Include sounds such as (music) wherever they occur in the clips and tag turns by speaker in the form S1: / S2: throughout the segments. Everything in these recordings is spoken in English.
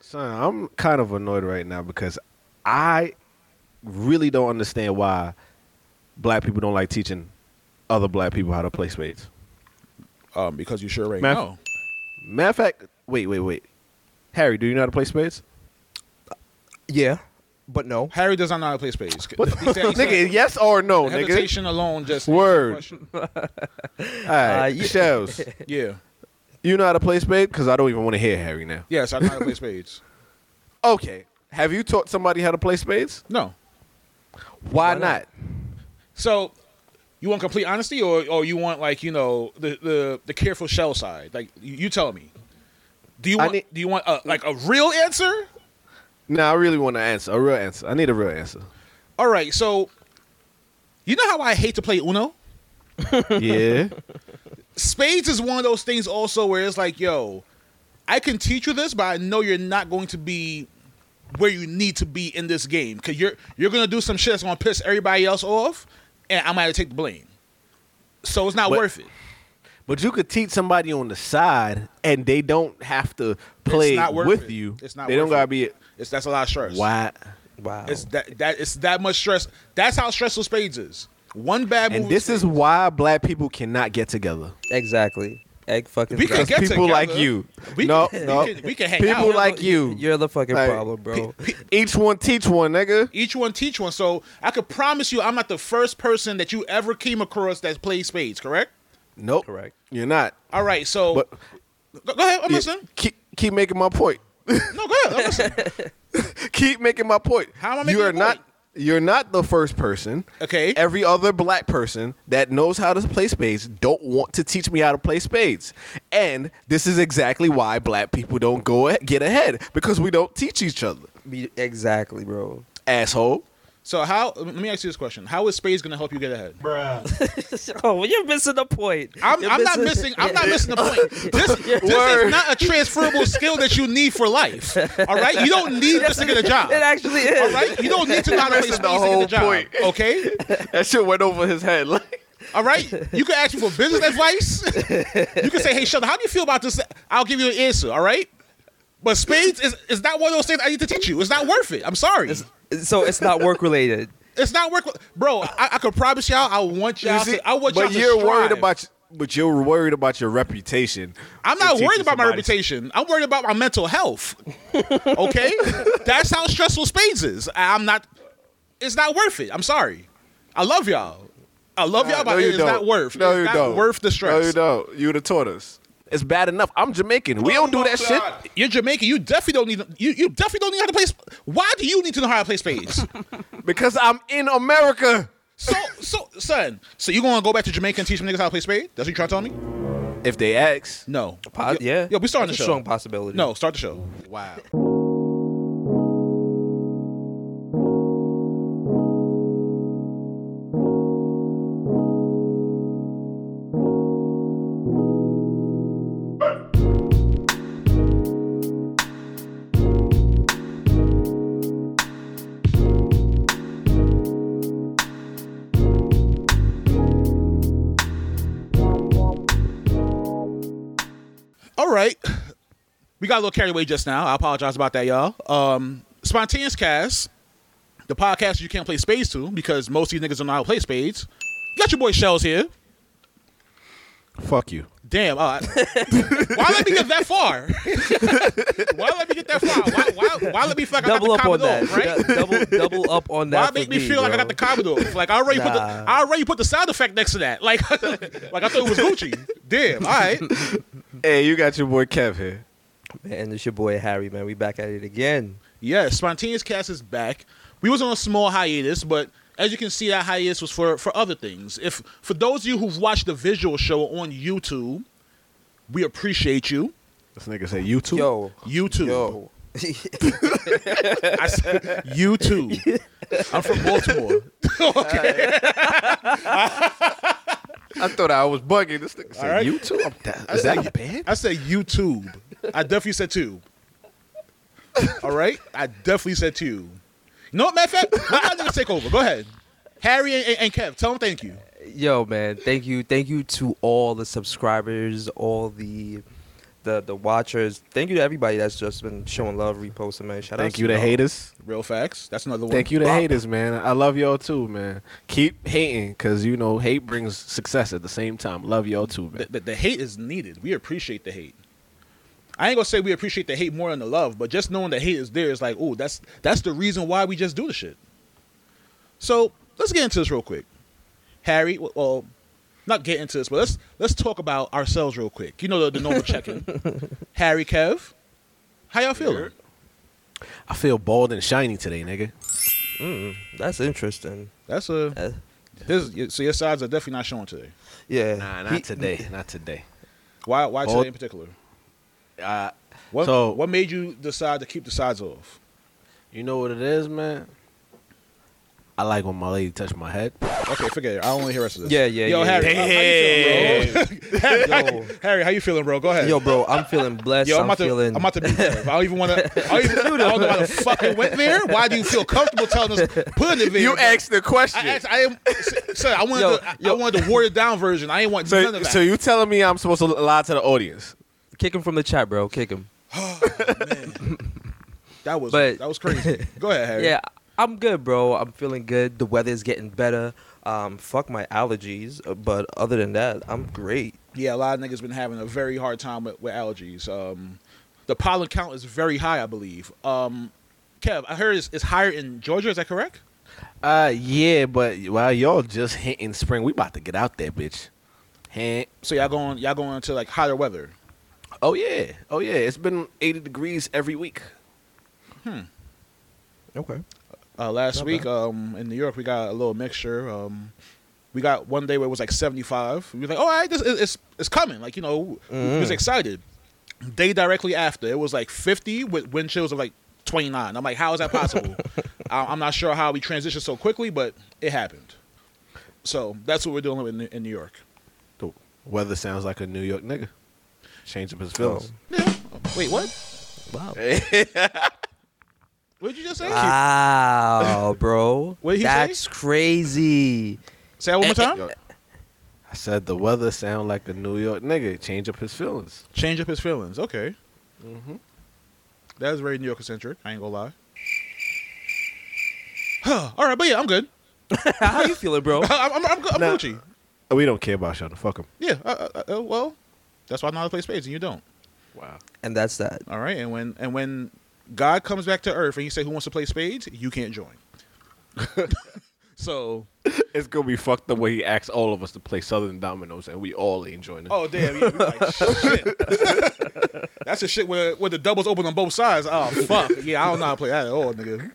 S1: Son, I'm kind of annoyed right now because I really don't understand why black people don't like teaching other black people how to play spades.
S2: Um, because you sure right
S1: Math-
S2: now.
S1: Matter of fact, wait, wait, wait. Harry, do you know how to play spades?
S3: Yeah, but no.
S2: Harry does not know how to play spades.
S1: What?
S2: He said- he
S1: (laughs)
S2: said-
S1: nigga, yes or no, nigga?
S2: Hesitation alone just
S1: Word.
S2: question.
S1: All right,
S3: Uh, yeah.
S1: Shells,
S2: Yeah.
S1: you know how to play spades? Because I don't even want to hear Harry now.
S2: Yes, I know how to play spades.
S1: Okay. Have you taught somebody how to play spades?
S2: No.
S1: Why,
S3: not?
S1: not?
S2: So, you want complete honesty, or or you want like you know the the, the careful shell side? Like you, you tell me. Do you
S1: I
S2: want
S1: need-
S2: do you want a, like a real answer?
S1: No, I really want an answer, a real answer. I need a real answer.
S2: All right. So, you know how I hate to play Uno.
S1: yeah.
S2: Spades is one of those things also where it's like, yo, I can teach you this, but I know you're not going to be where you need to be in this game because you're you're gonna do some shit that's gonna piss everybody else off, and I'm gonna take the blame. So it's not
S1: But-
S2: worth it.
S1: But you could teach somebody on the side, and they don't have to play
S2: not worth
S1: with
S2: it.
S1: you.
S2: It's not
S1: They don't
S2: worth
S1: gotta
S2: it.
S1: be.
S2: It's that's a lot of stress.
S1: Why?
S3: Wow.
S2: It's that that it's that much stress. That's how stressful spades is. One bad move.
S1: And
S2: with
S1: this is
S2: spades.
S1: why black people cannot get together.
S3: exactly. Egg fucking.
S2: We could
S3: dress.
S2: Get
S1: people
S2: together.
S1: like you.
S2: We
S1: no,
S2: can-
S1: no.
S2: we can- we can hang
S1: people
S2: out.
S1: like you.
S3: You're the fucking
S1: Like,
S3: problem, bro. (laughs)
S1: Each one teach one, nigga.
S2: each one teach one. So I could promise you, I'm not the first person that you ever came across that plays spades. Correct.
S1: Nope.
S3: Correct.
S1: You're not.
S2: All right. So
S1: But
S2: go, go ahead. I'm
S1: yeah,
S2: listening.
S1: keep keep making my point.
S2: No, go ahead. I'm
S3: (laughs)
S2: listening.
S1: keep making my point.
S2: How am I
S1: You
S2: making
S1: are
S2: a
S1: not.
S2: point?
S1: You're not the first person.
S2: Okay.
S1: Every other black person that knows how to play spades don't want to teach me how to play spades, and this is exactly why black people don't go a- get ahead because we don't teach each other.
S3: Me- Exactly, bro.
S1: Asshole.
S2: So how? Let me ask you this question. How is spades going to help you get ahead?
S3: (laughs) oh, well, you're missing the point.
S2: I'm,
S3: You're
S2: I'm not missing. I'm not missing
S1: (laughs)
S2: the point. This, this is
S1: Word.
S2: not a transferable skill that you need for life. All right, you don't need this to get a job.
S3: (laughs) (laughs) It actually is.
S2: All right, you don't need to know how to play
S1: Missing
S2: spades
S1: the
S2: to get a
S1: whole
S2: job.
S1: point.
S2: Okay,
S1: That shit went over his head. Like,
S2: all right. You can ask me for business advice. You can say, "Hey, Sheldon, how do you feel about this?" I'll give you an answer. All right, but spades is is not one of those things I need to teach you. It's not worth it. I'm sorry. It's,
S3: So it's not work related.
S2: not worth. Bro, I, I could promise y'all. I want y'all. to, I want y'all
S1: but
S2: to
S1: you're worried
S2: strive.
S1: about. But you're worried about your reputation.
S2: I'm not
S1: in
S2: worried
S1: teaching
S2: about my
S1: somebody-
S2: reputation. I'm worried about my
S1: (laughs)
S2: mental health. Okay, that's how stressful spades is. I- I'm not. It's not worth it. I'm sorry. I love y'all. I love y'all, but
S1: no, you
S2: it's
S1: don't.
S2: not worth.
S1: No,
S2: it's
S1: you
S2: not
S1: don't.
S2: Worth
S1: No,
S2: the
S1: you
S2: stress.
S1: don't. You the tortoise. It's bad enough. I'm Jamaican. We don't do that shit.
S2: you are Jamaican. You definitely don't need. You, you definitely don't need how to play. sp- Why do you need to know how to
S1: (laughs)
S2: play spades?
S1: Because I'm in America.
S2: so so son. So you gonna go back to Jamaica and teach them niggas how to play spades? That's what you trying to tell me?
S1: If they ask,
S2: No. (laughs)
S3: Po-
S2: Yo-
S3: yeah.
S2: Yo, we starting
S3: That's
S2: the
S3: a
S2: show.
S3: strong possibility.
S2: No, start the show.
S1: wow.
S2: All right. We got a little carried away just now. I apologize about that, y'all. Um, Spontaneous Cast, the podcast you can't play spades to because most of you niggas don't know how to play spades. Got your boy Shells here.
S1: Fuck you.
S2: Damn. Uh, (laughs) why let me get that far? (laughs) why let me get that far? Why, why, why let me feel like
S3: Double
S2: I
S3: up
S2: got
S3: on
S2: the
S3: that.
S2: Commodore, right?
S3: Du- (laughs) double double up on that.
S2: Why
S3: for
S2: make me feel like I got the Commodore? Like I already put the
S3: Nah.
S2: I already put the sound effect next to that. Like (laughs) like I thought it was Gucci. Damn. All right.
S1: Hey, you got your boy Kev here.
S3: bro. Man, it's your boy Harry. Man, we back at it again.
S2: Yeah, spontaneous cast is back. We was on a small hiatus, but as you can see, that hiatus was for for other things. If for those of you who've watched the visual show on YouTube, we appreciate you.
S1: This nigga say you too.
S3: Yo,
S2: YouTube,
S3: yo.
S2: I s-
S1: (laughs)
S2: YouTube. I'm from Baltimore. okay,
S1: I thought I was bugging. This nigga said
S2: right.
S1: you too. I'm da- is that a band?
S2: I said YouTube. I definitely said tube. All right, I definitely said tube. You know what? Matter of fact, let my niggas take over. Go ahead, Harry and, and, and Kev. Tell them thank you.
S3: Yo, man, thank you, thank you to all the subscribers, all the the the watchers. Thank you to everybody that's just been showing love, reposting, man. Shout out
S1: Thank you to
S3: y'all.
S1: haters.
S2: Real facts. That's another one.
S1: Thank you to
S2: Bop.
S1: haters, man. I love y'all too, man. Keep hating, cause you know hate brings success at the same time. Love y'all too,
S2: The,
S1: man.
S2: the, the hate is needed. We appreciate the hate. I ain't gonna say we appreciate the hate more than the love, but just knowing the hate is there is like, oh, that's that's the reason why we just do the shit. So let's get into this real quick, Harry. w- Well, not get into this, but let's let's talk about ourselves real quick. You know the, the normal check-in.
S1: (laughs)
S2: Harry, Kev, how y'all feeling?
S1: I feel bald and shiny today, nigga.
S3: Mm, that's interesting.
S2: That's a
S3: Uh,
S2: his, so your sides are definitely not showing today.
S3: yeah.
S1: Nah,
S3: He-
S1: not today. Not today.
S2: Why? Why
S1: Hold-
S2: today in particular?
S1: Uh,
S2: What,
S1: So-
S2: what made you decide to keep the sides off?
S1: you know what it is, man. I like when my lady touch my head.
S2: Okay, forget it. I don't want to hear the rest of this.
S3: Yeah, yeah,
S2: Yo,
S3: yeah,
S2: Harry,
S1: yeah.
S2: how- how, you feeling, bro?
S3: Yo,
S2: (laughs) Harry, how you feeling, bro? Go ahead.
S3: yo, bro, I'm feeling blessed.
S2: Yo, I'm,
S3: I'm,
S2: about
S3: feeling.
S2: to, I'm about to. Be,
S3: (laughs)
S2: I don't even want to. I don't even. I don't know why the fuck it went there. Why do you feel comfortable telling us? Put in the video.
S1: the question.
S2: I asked. I am. Sir, I wanted.
S3: Yo,
S2: the, I,
S3: yo.
S2: I wanted the watered down version. I ain't want none
S1: so,
S2: of that.
S1: so you telling me I'm supposed to lie to the audience?
S3: kick him from the chat, bro. Kick him.
S2: that was.
S3: but-
S2: that was crazy. Go ahead, Harry.
S3: Yeah, I'm good, bro. I'm feeling good. The weather's getting better. Um, fuck my allergies, uh, but other than that, I'm great.
S2: Yeah, a lot of niggas been having a very hard time with, with allergies. Um, the pollen count is very high, I believe. Um, Kev, I heard it's, it's higher in Georgia. Is that correct?
S1: Uh, yeah, but while y'all just hitting spring, we about to get out there, bitch. Hint.
S2: So y'all going y'all going into like hotter weather.
S1: Oh yeah, oh yeah. It's been 80 degrees every week.
S3: Okay.
S2: Uh, last
S3: Not
S2: week
S3: bad.
S2: um, in New York, we got a little mixture. Um, we got one day where it was like 75. We were like, all right, this is, it's it's coming. Like you know, we was
S3: Mhm.
S2: excited. Day directly after, it was like 50 with wind chills of like 29. I'm like, how is that possible? I- I'm not sure how we transitioned so quickly, but it happened. So that's what we're dealing with in, in New York.
S1: The weather sounds like a New York nigga. Change up his feelings.
S2: Wait, what?
S3: Wow.
S2: What did you just say?
S3: Ah. Wow, bro.
S2: What did he say?
S3: That's crazy.
S2: Say that one more
S1: Yo,
S2: time.
S1: I said the weather sound like a New York nigga. Change up his feelings.
S2: Change up his feelings. Okay. That is very New York centric. I ain't gonna lie. (sighs) Huh. All right, but yeah, I'm good. (laughs)
S3: (laughs) How you feeling, bro?
S2: I'm, I'm, I'm, good- I'm
S1: Nah.
S2: Gucci.
S1: Oh, we don't care about y'all. Fuck him.
S2: Yeah. Uh, uh, uh, well, that's why I know how to play spades, and you don't.
S1: Wow.
S3: And that's that.
S2: All right. And when and when God comes back to Earth and you say who wants to play spades, you can't join. (laughs) so.
S1: It's gonna be fucked the way he asks all of us to play Southern Dominoes, and we all ain't joining.
S2: Oh damn. you- you like, shit. that's the shit where where the doubles open on both sides. Oh fuck. Yeah, I don't know how to play that at all, nigga.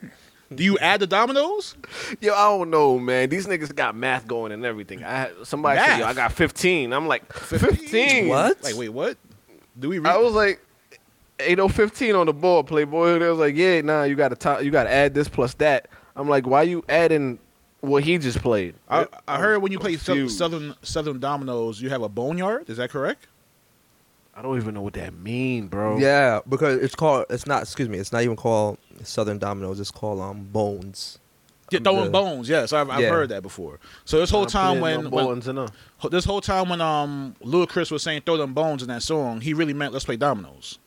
S2: Do you add the dominoes?
S1: Yo, I don't know, man. These niggas got math going and everything. I somebody said,
S2: Math?
S1: yo, I got 15. I'm like, 15?
S3: What?
S2: Like, wait, what? Do we? Read?
S1: I was like, ain't no 15 on the board, Playboy. They was like, yeah, nah, you gotta to- you gotta add this plus that. I'm like, why you adding what he just played?
S2: I, I heard when you play sou-
S1: Confused.
S2: southern southern dominoes, you have a boneyard. Is that correct?
S1: I don't even know what that mean, bro.
S3: Yeah, because it's called. It's not. Excuse me. It's not even called Southern Dominoes. It's called um Bones.
S2: Yeah, throwing
S3: the-
S2: bones. Yes, I've, I've
S3: Yeah.
S2: heard that before. So this whole time when, when
S1: when
S2: this whole time when um Lil Chris was saying throw them bones in that song, he really meant let's play dominoes.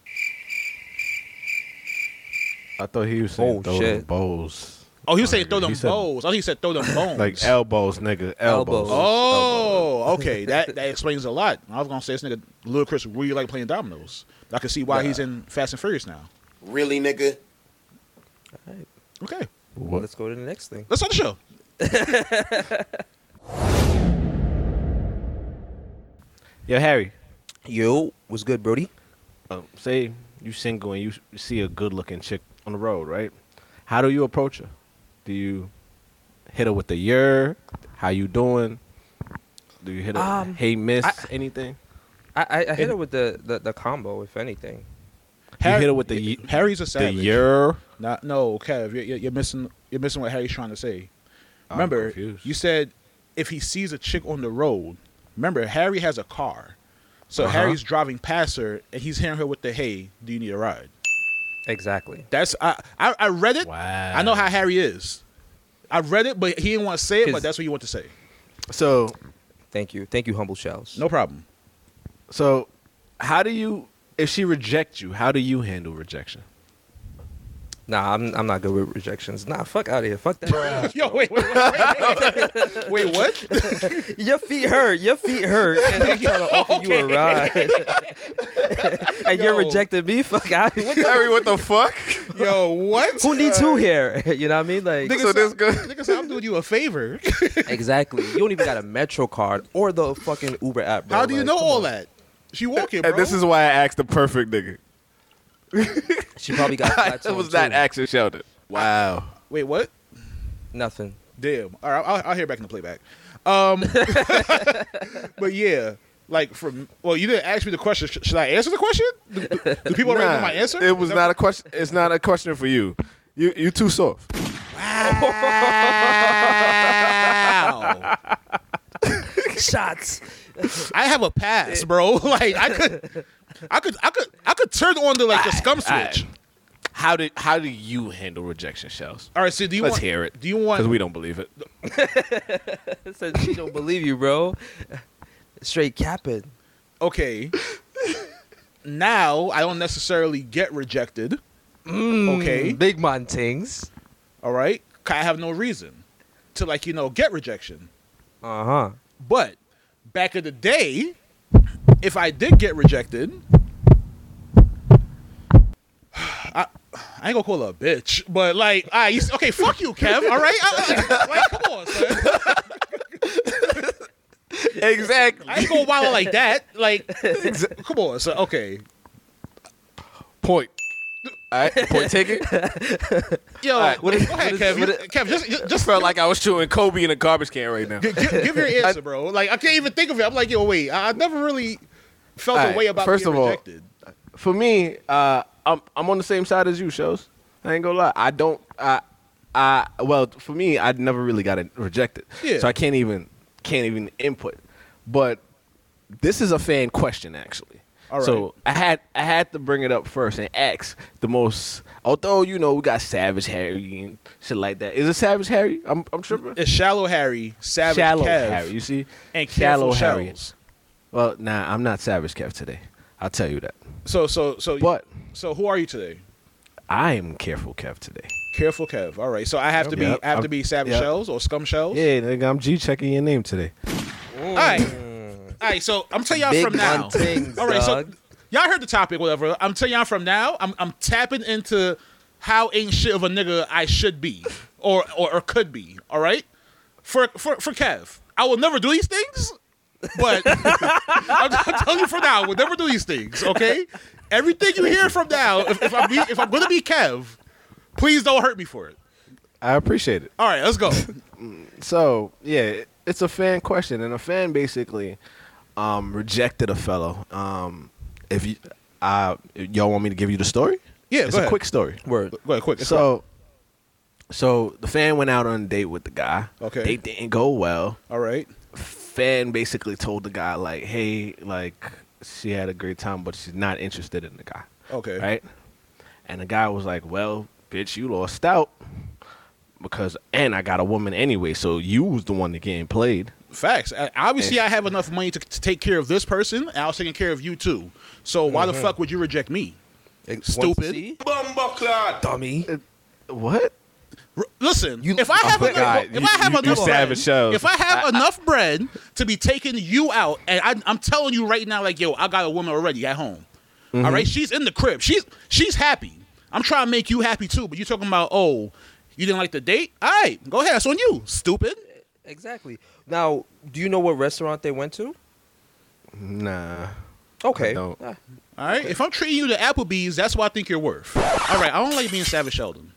S1: I thought he was saying
S3: Oh,
S1: throw them
S3: shit.
S1: bowls.
S2: Oh, he was saying
S1: Alright,
S2: throw
S1: he
S2: them
S1: said-
S2: bowls. Oh, he said throw them
S1: (laughs)
S2: bones.
S1: Like elbows, nigga. Elbows.
S3: Elbows.
S1: (laughs)
S2: oh, okay. That that explains a lot. I was gonna say this nigga Lil Chris really like playing dominoes. I can see why he's in Fast and Furious now.
S4: Really, nigga?
S2: Okay,
S1: What?
S3: Let's go to the next thing.
S2: let's start the show.
S1: Yo, Harry.
S3: Yo, what's good, Brody?
S1: um, say you single and you s- see a good looking chick on the road, right? How do you approach her? Do you hit her with a "yer"? How you doing? Do you hit her?
S3: Um,
S1: hey, miss,
S3: I-
S1: anything?
S3: I I, I hit it with the, the the combo, if anything.
S1: you hit her with the y-
S2: Harry's a
S1: the
S2: savage.
S1: "yer."
S2: Not, no, Kev, you're, you're, you're missing you're missing what Harry's trying to say.
S1: I'm
S2: Remember,
S1: confused.
S2: you said if he sees a chick on the road. Remember, Harry has a car, so
S1: Uh-huh.
S2: Harry's driving past her and he's hearing her with the "Hey, do you need a ride?"
S3: Exactly.
S2: That's I I, I read it.
S1: Wow.
S2: I know how Harry is. I read it, but he didn't want to say it. But
S3: 'Cause-
S2: that's what you want to say.
S1: So,
S3: Thank you. Thank you, humble shells.
S2: No problem.
S1: so how do you if she rejects you, how do you handle rejection?
S3: Nah, I'm I'm not good with rejections. Nah, fuck out of here. Fuck that.
S2: Yo, wait, wait, wait, wait, wait, what?
S3: (laughs) your feet hurt. Your feet (laughs) hurt. And I'm trying to offer
S2: (laughs)
S3: (laughs) you a ride. (laughs) and you're
S2: Yo.
S3: rejecting me. Fuck out. What the-
S4: (laughs) Harry, what the
S3: (laughs)
S4: fuck?
S2: Yo, what?
S3: Who needs who here? (laughs) you know what I mean? Like
S4: so this good.
S2: (laughs) Nigga said, I'm doing you a favor.
S3: exactly. You don't even got a Metro card or the fucking Uber app. Bro.
S2: How do you
S3: Like,
S2: know
S3: come
S2: all
S3: on.
S2: that? She walking, bro.
S4: And this is why I asked the perfect nigga.
S3: She
S2: (laughs)
S3: probably got.
S4: I
S3: flats on,
S4: was not
S3: too.
S4: action shouted. Wow.
S2: wait, what? (laughs)
S3: Nothing.
S2: Damn. All right, I'll, I'll hear back in the playback. Um, (laughs) but yeah, like from well, you didn't ask me the question. Sh- should I answer the question? Do, do- do people already know my answer?
S4: It
S2: Is
S4: was
S2: that-
S4: not a question. It's not a question for you. You you too soft.
S2: Wow.
S3: Shots.
S2: I have a pass, bro. (laughs) Like I could, I could, I could, I could turn on the like the scum switch.
S1: How do how do you handle rejection, Shells?
S2: All right, so do you
S1: Let's
S2: want?
S1: hear it.
S2: Do you want?
S1: Because we don't believe it.
S3: Said she don't believe you, bro. (laughs) Straight capping.
S2: okay. now I don't necessarily get rejected. Okay.
S3: Big man things.
S2: All right, 'Cause I have no reason to like you know get rejection.
S3: Uh huh.
S2: But back in the day, if I did get rejected, (sighs) I, I ain't gonna call her a bitch, but like, I used okay, fuck you, Kev. All right, I, like, come on, son.
S4: Exactly.
S2: I ain't gonna wild like that. Like, come on, son. Okay,
S4: Point. All right. Point
S2: (laughs)
S4: taken.
S2: yo,
S3: what is-
S2: go ahead,
S3: what is-
S2: Kev.
S3: what
S2: You-
S3: is-
S2: Kev, just just,
S1: (laughs)
S2: just
S4: Felt like I was shooting Kobe in a garbage can right now.
S2: gi- gi- give your answer, bro. Like, I can't even think of it. I'm like, yo, wait, I, I never really felt
S1: All
S2: a
S1: right,
S2: way about
S1: first
S2: being
S1: of all,
S2: rejected.
S1: For me, uh, I'm I'm on the same side as you, Shells. I ain't gonna lie. I don't. I I well for me, I never really got it rejected.
S2: Yeah.
S1: So I can't even can't even input. But this is a fan question, actually.
S2: All right.
S1: So I had I had to bring it up first and ask the most. Although you know we got Savage Harry and shit like that. Is it Savage Harry? I'm I'm tripping.
S2: It's shallow Harry, savage
S1: shallow
S2: Kev,
S1: Harry. You see,
S2: and
S1: shallow
S2: careful
S1: Harry.
S2: shells.
S1: Well, nah, I'm not Savage Kev today. I'll tell you that.
S2: So so so
S1: But
S2: so who are you today?
S1: I am careful Kev today.
S2: Careful, Kev. All right, so I have to be
S1: Yep.
S2: I have to
S1: I'm-
S2: be savage
S1: yep.
S2: shells or scum shells.
S1: Yeah, nigga, I'm G checking your name today.
S2: All right, all right. So I'm telling y'all
S3: Big
S2: from now.
S3: man things,
S2: all right,
S3: dog.
S2: so y'all heard the topic, whatever. I'm telling y'all from now. I'm I'm tapping into how ain't shit of a nigga I should be or or, or could be. All right, for for for Kev, I will never do these things. But (laughs) I'm, I'm telling you from now, I will never do these things. Okay, everything you hear from now, if, if I'm be, if I'm gonna be Kev, please don't hurt me for it.
S1: I appreciate it.
S2: All right, let's go.
S1: So yeah, it's a fan question, and a fan basically um, rejected a fellow. Um, if you, uh, y'all want me to give you the story?
S2: Yeah,
S1: it's
S2: go
S1: a
S2: ahead.
S1: quick story.
S3: Word.
S2: Go ahead, quick.
S1: So, so the fan went out on a date with the guy.
S2: Okay.
S1: Date didn't go well.
S2: all right.
S1: Fan basically told the guy like, "Hey, like she had a great time, but she's not interested in the guy."
S2: Okay.
S1: Right? And the guy was like, Well, bitch, you lost out because and I got a woman anyway, so you was the one that getting played.
S2: Facts. Uh, Obviously, I have enough money to, to take care of this person. and I was taking care of you too. So why the fuck would you reject me? Stupid.
S3: Dummy.
S1: What?
S2: R- Listen,
S3: You-
S2: if I have
S4: Oh,
S2: enough,
S4: God.
S2: if
S4: You-
S2: I have
S4: you- you
S2: enough bread,
S4: savage shows.
S2: if I have enough bread to be taking you out, and I, I'm telling you right now, like yo, I got a woman already at home. All right, she's in the crib. She's she's happy. I'm trying to make you happy too, but you talking about oh, you didn't like the date? All right, go ahead. That's on you, stupid.
S3: Exactly. Now, do you know what restaurant they went to?
S1: Nah.
S3: Okay.
S1: I don't.
S3: Ah,
S2: All right, if I'm treating you to Applebee's, that's what I think you're worth. All right, I don't like being Savage Sheldon.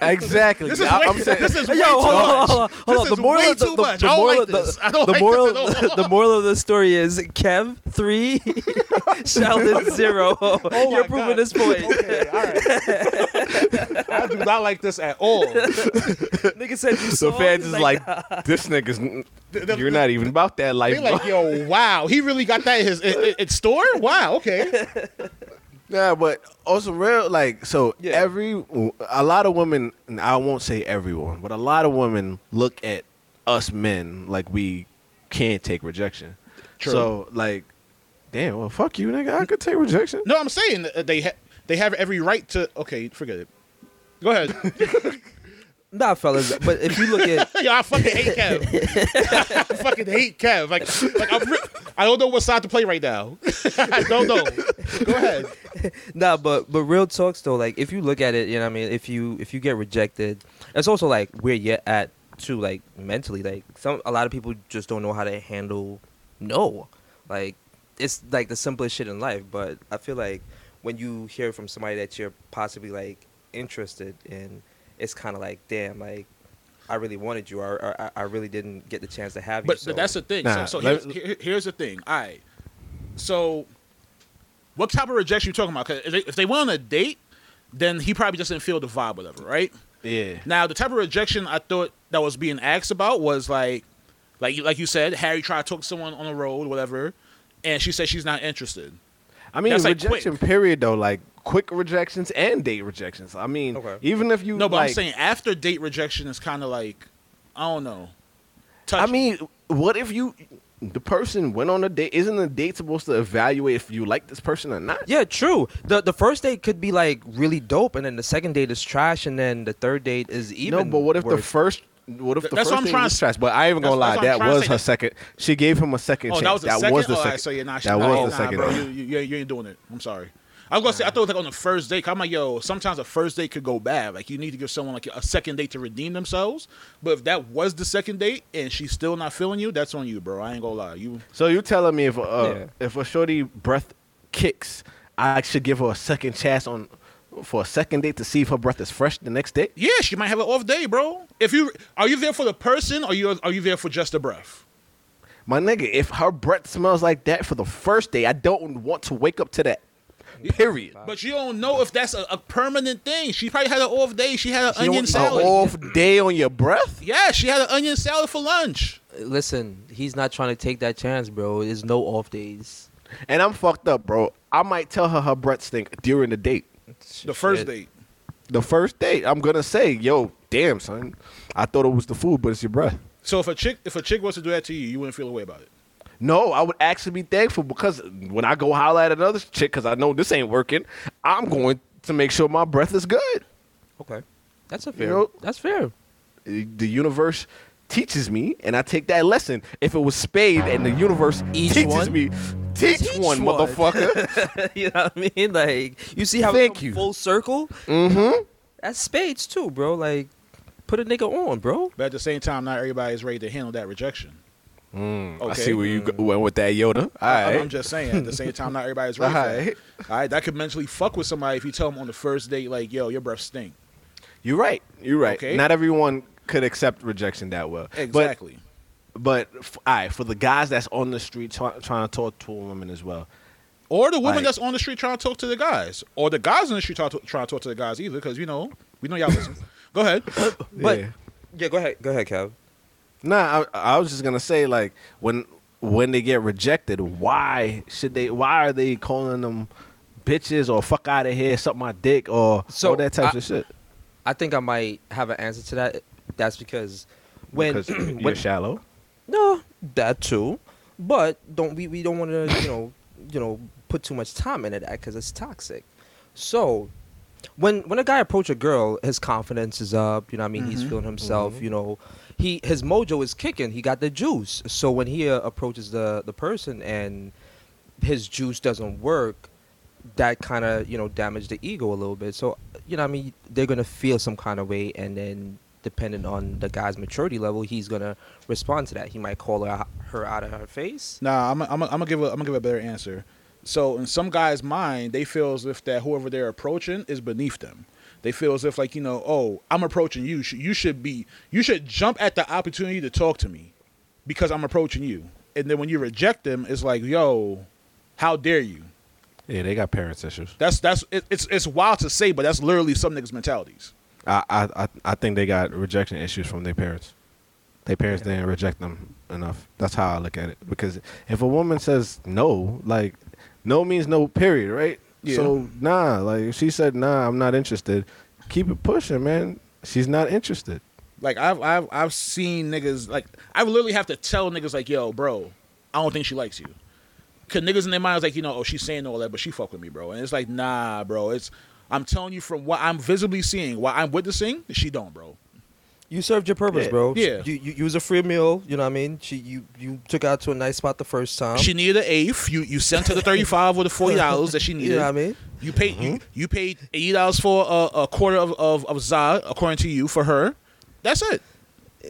S1: Exactly.
S2: This is,
S1: I- (laughs)
S2: way,
S1: I'm saying
S2: this is way
S3: Yo,
S2: too
S3: hold on,
S2: much.
S3: hold on, hold on.
S2: This
S3: The
S2: is
S3: moral
S2: way
S3: of the-
S2: too
S3: the-
S2: much.
S3: the
S2: I don't like
S3: moral of the-
S2: this. I don't
S3: the
S2: like
S3: moral,
S2: this at all.
S3: (laughs) the, the moral of the story is Kev
S2: (laughs)
S3: three, Sheldon zero.
S2: Oh my
S3: You're
S2: God.
S3: proving this point.
S2: Okay, all right. I do not like this at all.
S1: (laughs)
S2: They
S3: Nigga said you
S1: so
S3: saw.
S1: fans (laughs)
S3: He's
S1: is like, this nigga's n-
S2: the-
S1: you're not even about that life.
S2: like,
S1: bro."
S2: yo, wow, he really got that in his in, in- in store. Wow, okay.
S1: Nah, but also real like so
S3: Yeah.
S1: every a lot of women and I won't say everyone, but a lot of women look at us men like we can't take rejection.
S2: True.
S1: So like Damn, well, fuck you, nigga.
S4: I could take rejection.
S2: No, I'm saying that they ha- they have every right to. Okay, forget it. Go ahead. (laughs)
S3: Nah, fellas, but if you look at
S2: Yo, I fucking hate Kev.
S1: (laughs)
S2: I fucking hate Kev. Like, like I'm re- I don't know what side to play right now. (laughs) I don't know. Go ahead.
S3: nah, but but real talks though, like if you look at it, you know, what I mean, if you if you get rejected, it's also like where you're at too, like mentally, like some a lot of people just don't know how to handle no, like it's like the simplest shit in life. But I feel like when you hear from somebody that you're possibly like interested in, it's kind of like damn, like I really wanted you, or, or I- I really didn't get the chance to have you.
S2: But
S3: so.
S2: but that's the thing.
S1: Nah,
S2: so so
S1: let-
S2: here's, here- here's the thing. All right. So, what type of rejection you talking about? Because if they, if they went on a date, then he probably just didn't feel the vibe, whatever, right?
S1: Yeah.
S2: Now, the type of rejection I thought that was being asked about was like, like you like you said, Harry tried to talk to someone on the road, whatever, and she said she's not interested.
S1: I mean,
S2: That's, like,
S1: rejection period though, like quick rejections and date rejections. I mean,
S3: Okay.
S1: even if you
S2: No, but
S1: like,
S2: I'm saying after date rejection is kind of like, I don't know. Touch
S1: I mean, what if you the person went on a date? Isn't the date supposed to evaluate if you like this person or not?
S3: Yeah, true. the The first date could be like really dope, and then the second date is trash, and then the third date is even.
S1: no, but what if the
S3: worse.
S1: first? What if the
S2: That's
S1: first
S2: what I'm
S1: thing
S2: trying
S1: was
S2: to-
S1: trash? But I ain't even gonna
S2: that's-
S1: lie,
S2: that's
S1: that
S2: what I'm trying to
S1: was
S2: say.
S1: her second. She gave him a second
S2: oh,
S1: chance.
S2: that was the second.
S1: was the
S2: oh, all right,
S1: second.
S2: so yeah, nah, she-
S1: that
S2: nah,
S1: was
S2: nah,
S1: the second.
S2: Bro,
S1: date.
S2: you, you, you you ain't doing it. I'm sorry. I was gonna say I thought it was like on the first date. 'cause I'm like, yo, sometimes a first date could go bad. Like you need to give someone like a second date to redeem themselves. But if that was the second date and she's still not feeling you, that's on you, bro. I ain't gonna lie. You
S1: So you telling me if uh,
S3: Yeah.
S1: if a shorty breath kicks, I should give her a second chance on for a second date to see if her breath is fresh the next day?
S2: Yeah, she might have an off day, bro. If you are you there for the person or you are you there for just the breath?
S1: My nigga, if her breath smells like that for the first day, I don't want to wake up to that. Period.
S2: But you don't know if that's a, a permanent thing. She probably had an off day. She had an onion
S1: you don't
S2: salad.
S1: want an off day on your breath?
S2: yeah, she had an onion salad for lunch.
S3: Listen, he's not trying to take that chance, bro. There's no off days.
S1: And I'm fucked up, bro. I might tell her her breath stink during the date.
S2: The first
S3: Shit.
S2: date.
S1: The first date, I'm gonna say, yo, damn, son. I thought it was the food, but it's your breath.
S2: So if a chick if a chick was to do that to you, you wouldn't feel a way about it.
S1: No, I would actually be thankful because when I go holler at another chick, because I know this ain't working, I'm going to make sure my breath is good.
S3: Okay, that's a fair.
S1: know-
S3: that's fair. (laughs)
S1: The universe teaches me, and I take that lesson. If it was spade and the universe
S3: Each
S1: teaches
S3: one?
S1: me, teach,
S3: Teach
S1: one,
S3: one. (laughs)
S1: motherfucker.
S3: you know what I mean? Like you see how
S1: Thank
S3: it come
S1: you.
S3: full circle. Mm-hmm. That's spades too, bro. Like put a nigga on, bro.
S2: But at the same time, not everybody's ready to handle that rejection.
S1: Mm, I see where you go- went with that, Yoda. All
S2: I-
S1: right.
S2: I'm just saying. At the same time, not everybody's
S1: (laughs)
S2: ready.
S1: Alright.
S2: For that. All right, that could mentally fuck with somebody if you tell them on the first date, like, "Yo, your breath stink."
S1: You're right. You're right.
S2: Okay.
S1: Not everyone could accept rejection that well. But-
S2: Exactly.
S1: But, f- all right, for the guys that's on the street try- trying to talk to a woman as well,
S2: Or the woman
S1: Like-
S2: that's on the street trying to talk to the guys, or the guys on the street trying to, trying to talk to the guys either, because you know we know y'all (laughs) listen. Go ahead.
S3: But
S1: Yeah.
S3: yeah. go ahead, go ahead, Kev.
S1: Nah, I, I was just gonna say like when when they get rejected, why should they? Why are they calling them bitches or fuck out of here, suck my dick or
S3: So,
S1: all that type
S3: I-
S1: of shit?
S3: I think I might have an answer to that. That's because
S1: (clears throat)
S3: when (clears throat)
S1: Because you're
S3: when
S1: shallow.
S3: No, that too. But don't we, we don't want to you know you know put too much time into that because it's toxic. So when when a guy approach a girl, his confidence is up. You know, what I mean, he's feeling himself. You know, he his mojo is kicking. He got the juice. So when he uh, approaches the the person and his juice doesn't work, that kind of you know damage the ego a little bit. So you know, what I mean, they're gonna feel some kind of way, and then depending on the guy's maturity level, he's gonna respond to that. He might call her her out of her face.
S2: Nah, I'm I'm I'm gonna give a I'm gonna give a better answer. So in some guys' mind, they feel as if that whoever they're approaching is beneath them. They feel as if like you know, oh, I'm approaching you. sh- You should be you should jump at the opportunity to talk to me because I'm approaching you. And then when you reject them, it's like, yo, how dare you?
S1: Yeah, they got parents issues.
S2: That's that's it, it's it's wild to say, but that's literally some niggas' mentalities.
S1: I I I, I think they got rejection issues from their parents. Their parents didn't reject them enough. That's how I look at it. Because if a woman says no, like no means no. Period. Right.
S2: Yeah.
S1: So nah, like if she said nah, I'm not interested. Keep it pushing, man. She's not interested.
S2: Like I've I've I've seen niggas like I would literally have to tell niggas like, yo, bro, I don't think she likes you. Cause niggas in their minds like, you know, oh, she's saying all that, but she fuck with me, bro. And it's like, nah, bro. It's I'm telling you from what I'm visibly seeing, what I'm witnessing, she don't, bro.
S3: You served your purpose,
S1: Yeah.
S3: bro.
S2: Yeah.
S3: You, you you was a free meal. You know what I mean? She you you took her out to a nice spot the first time.
S2: She needed an eighth. You you sent her the thirty five or the
S3: (laughs)
S2: forty dollars that she needed.
S3: you know what I mean? Mm-hmm.
S2: You paid you, you paid eighty dollars for a, a quarter of, of of za according to you for her. That's it.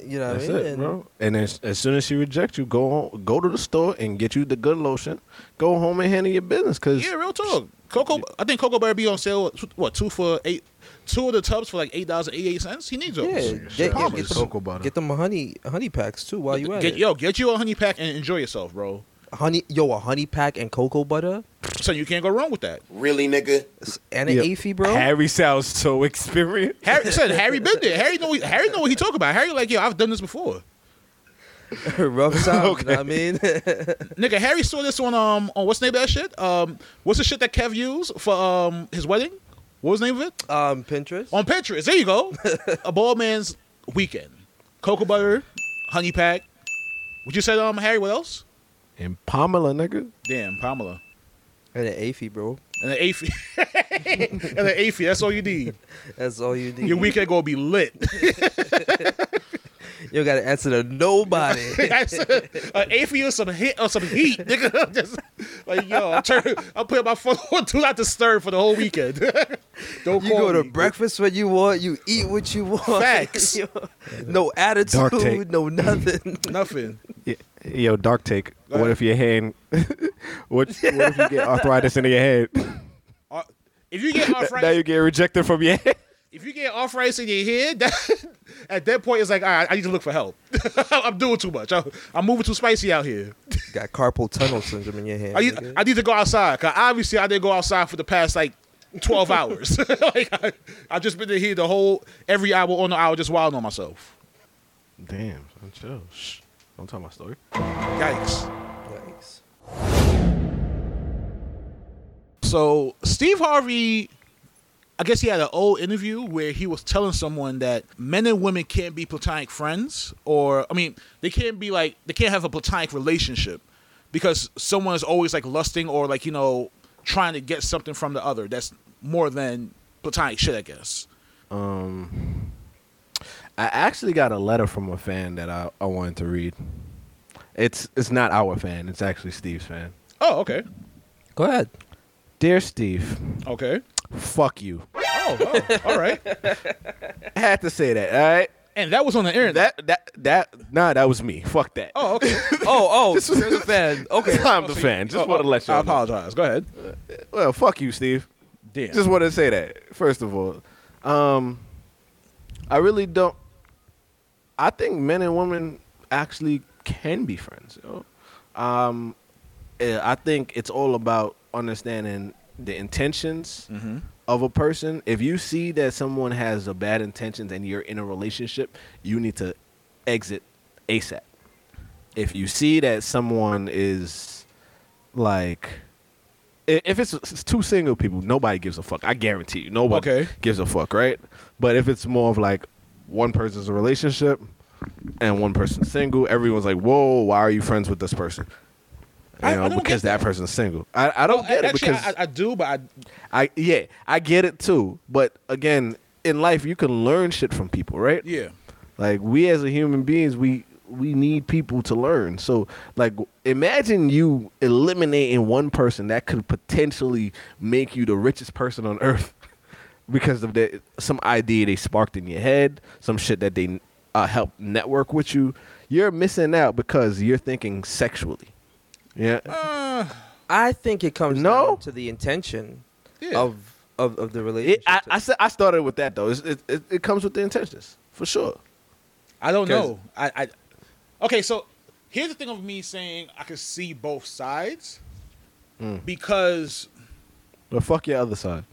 S3: You know what I
S1: That's
S3: mean?
S1: it,
S3: And-
S1: bro. And as, as soon as she rejects you, go on, go to the store and get you the good lotion. Go home and handle your business. Cause
S2: Yeah, real talk. Cocoa, I think Cocoa Bear be on sale. What two for eight? Two of the tubs for like eight dollars and eighty eight cents. He needs those.
S3: Yeah,
S2: Get-
S3: get,
S1: Shit,
S3: get,
S1: I'm
S3: get,
S1: just cocoa butter.
S3: them, get them honey honey packs too while you at
S2: get-
S3: it.
S2: yo, get you a honey pack and enjoy yourself, bro.
S3: Honey, yo, a honey pack and cocoa butter
S2: So you can't go wrong with that.
S5: Really, nigga?
S3: and an
S4: Yep.
S3: Afy, bro.
S4: Harry sounds so experienced.
S2: Harry said Harry been there. Harry know Harry know what he talk about. Harry like yo, I've done this before.
S3: (laughs) Rough sound. You know what I mean? (laughs)
S2: Nigga, Harry saw this on um on what's the name of that shit? Um, what's the shit that Kev used for um his wedding? What was the name of it?
S3: um, Pinterest.
S2: On Pinterest. There you
S3: (laughs)
S2: go. a bald man's weekend. Cocoa butter, honey pack. What you said, um, Harry? What else?
S1: and Pamela, nigga.
S2: Damn, Pamela.
S3: And an Afy, bro.
S2: And an AP. (laughs) and an AP. That's all you need.
S3: That's all you need.
S2: Your weekend gonna be lit. (laughs)
S3: You gotta answer to
S2: (laughs)
S3: nobody.
S2: That's- an AP is some hit or some heat, nigga. (laughs) I'm Just like yo, I'm turning. I'm putting my phone on do not disturb for the whole weekend. (laughs) Don't
S3: You
S2: call
S3: go to
S2: me.
S3: breakfast when you want. You eat what you want. (laughs)
S2: Facts.
S3: Yo, no
S4: Dark take.
S3: attitude. No nothing.
S2: Nothing.
S4: Yo, dark take.
S2: Go
S4: What
S2: ahead.
S4: if your hand? (laughs) what, what if you get arthritis in your head? (laughs)
S2: Uh, If you
S3: (laughs)
S2: get arthritis,
S4: now you get rejected from your head.
S2: if you get arthritis in your head, (laughs) that, at that point it's like, all right, I need to look for help. (laughs) I'm doing too much. I'm, I'm moving too spicy out here.
S3: Got carpal tunnel syndrome in your hand.
S2: I need,
S3: nigga.
S2: I need to go outside. Cause obviously I didn't go outside for the past like (laughs) twelve hours. like I, I just been in here the whole every hour on the hour just wilding on myself.
S1: Damn, son, chill. Shh. Don't tell my story.
S2: Yikes.
S3: Yikes.
S2: So Steve Harvey, I guess he had an old interview where he was telling someone that men and women can't be platonic friends, or I mean, they can't be like they can't have a platonic relationship because someone is always like lusting or like you know trying to get something from the other that's more than platonic shit, I guess.
S1: Um, I actually got a letter from a fan that I, I wanted to read. It's it's not our fan. It's actually Steve's fan.
S2: Oh, okay,
S3: Go ahead.
S1: Dear Steve,
S2: okay.
S1: fuck you.
S2: Oh, oh, all right.
S1: I had to say that. All right.
S2: And that was on the internet.
S1: That that that nah. That was me. Fuck that. (laughs)
S2: oh, okay.
S3: Oh, oh, this was a fan. Okay.
S1: I'm
S2: Oh,
S1: the fan. Just want to let you
S2: I
S1: know.
S2: apologize. Go ahead.
S1: Well, fuck you, Steve.
S2: Damn.
S1: Just want to say that first of all. Um, I really don't. I think men and women actually can be friends. You know? Um, eh, I think it's all about understanding the intentions
S2: Mhm.
S1: of a person. If you see that someone has a bad intentions and you're in a relationship, you need to exit ASAP. If you see that someone is like i- if it's s- two single people, nobody gives a fuck. I guarantee you, nobody
S2: Okay.
S1: gives a fuck, right? But if it's more of like one person's a relationship and one person's single, everyone's like, "Whoa, why are you friends with this person?" You
S2: I- I
S1: know,
S2: don't get
S1: because that,
S2: that.
S1: person's single. I, I don't
S2: Oh,
S1: get it
S2: actually,
S1: because
S2: I, I do, but I
S1: I yeah, I get it too. But again, in life you can learn shit from people, right?
S2: yeah.
S1: Like we as a human beings, we we need people to learn. So like imagine you eliminating one person that could potentially make you the richest person on earth (laughs) because of the some idea they sparked in your head, some shit that they uh, helped network with you. You're missing out because you're thinking sexually. Yeah.
S2: Uh,
S3: I think it comes
S1: No.
S3: down to the intention
S2: Yeah.
S3: of, of of the
S1: It,
S3: relationship.
S1: I, I, said- I started with that though. It's, it, it, it comes with the intentions for sure.
S2: I don't
S1: 'Cause-
S2: know. I, I okay. So here's the thing of me saying I could see both sides
S1: Hmm.
S2: because
S1: But fuck your other side.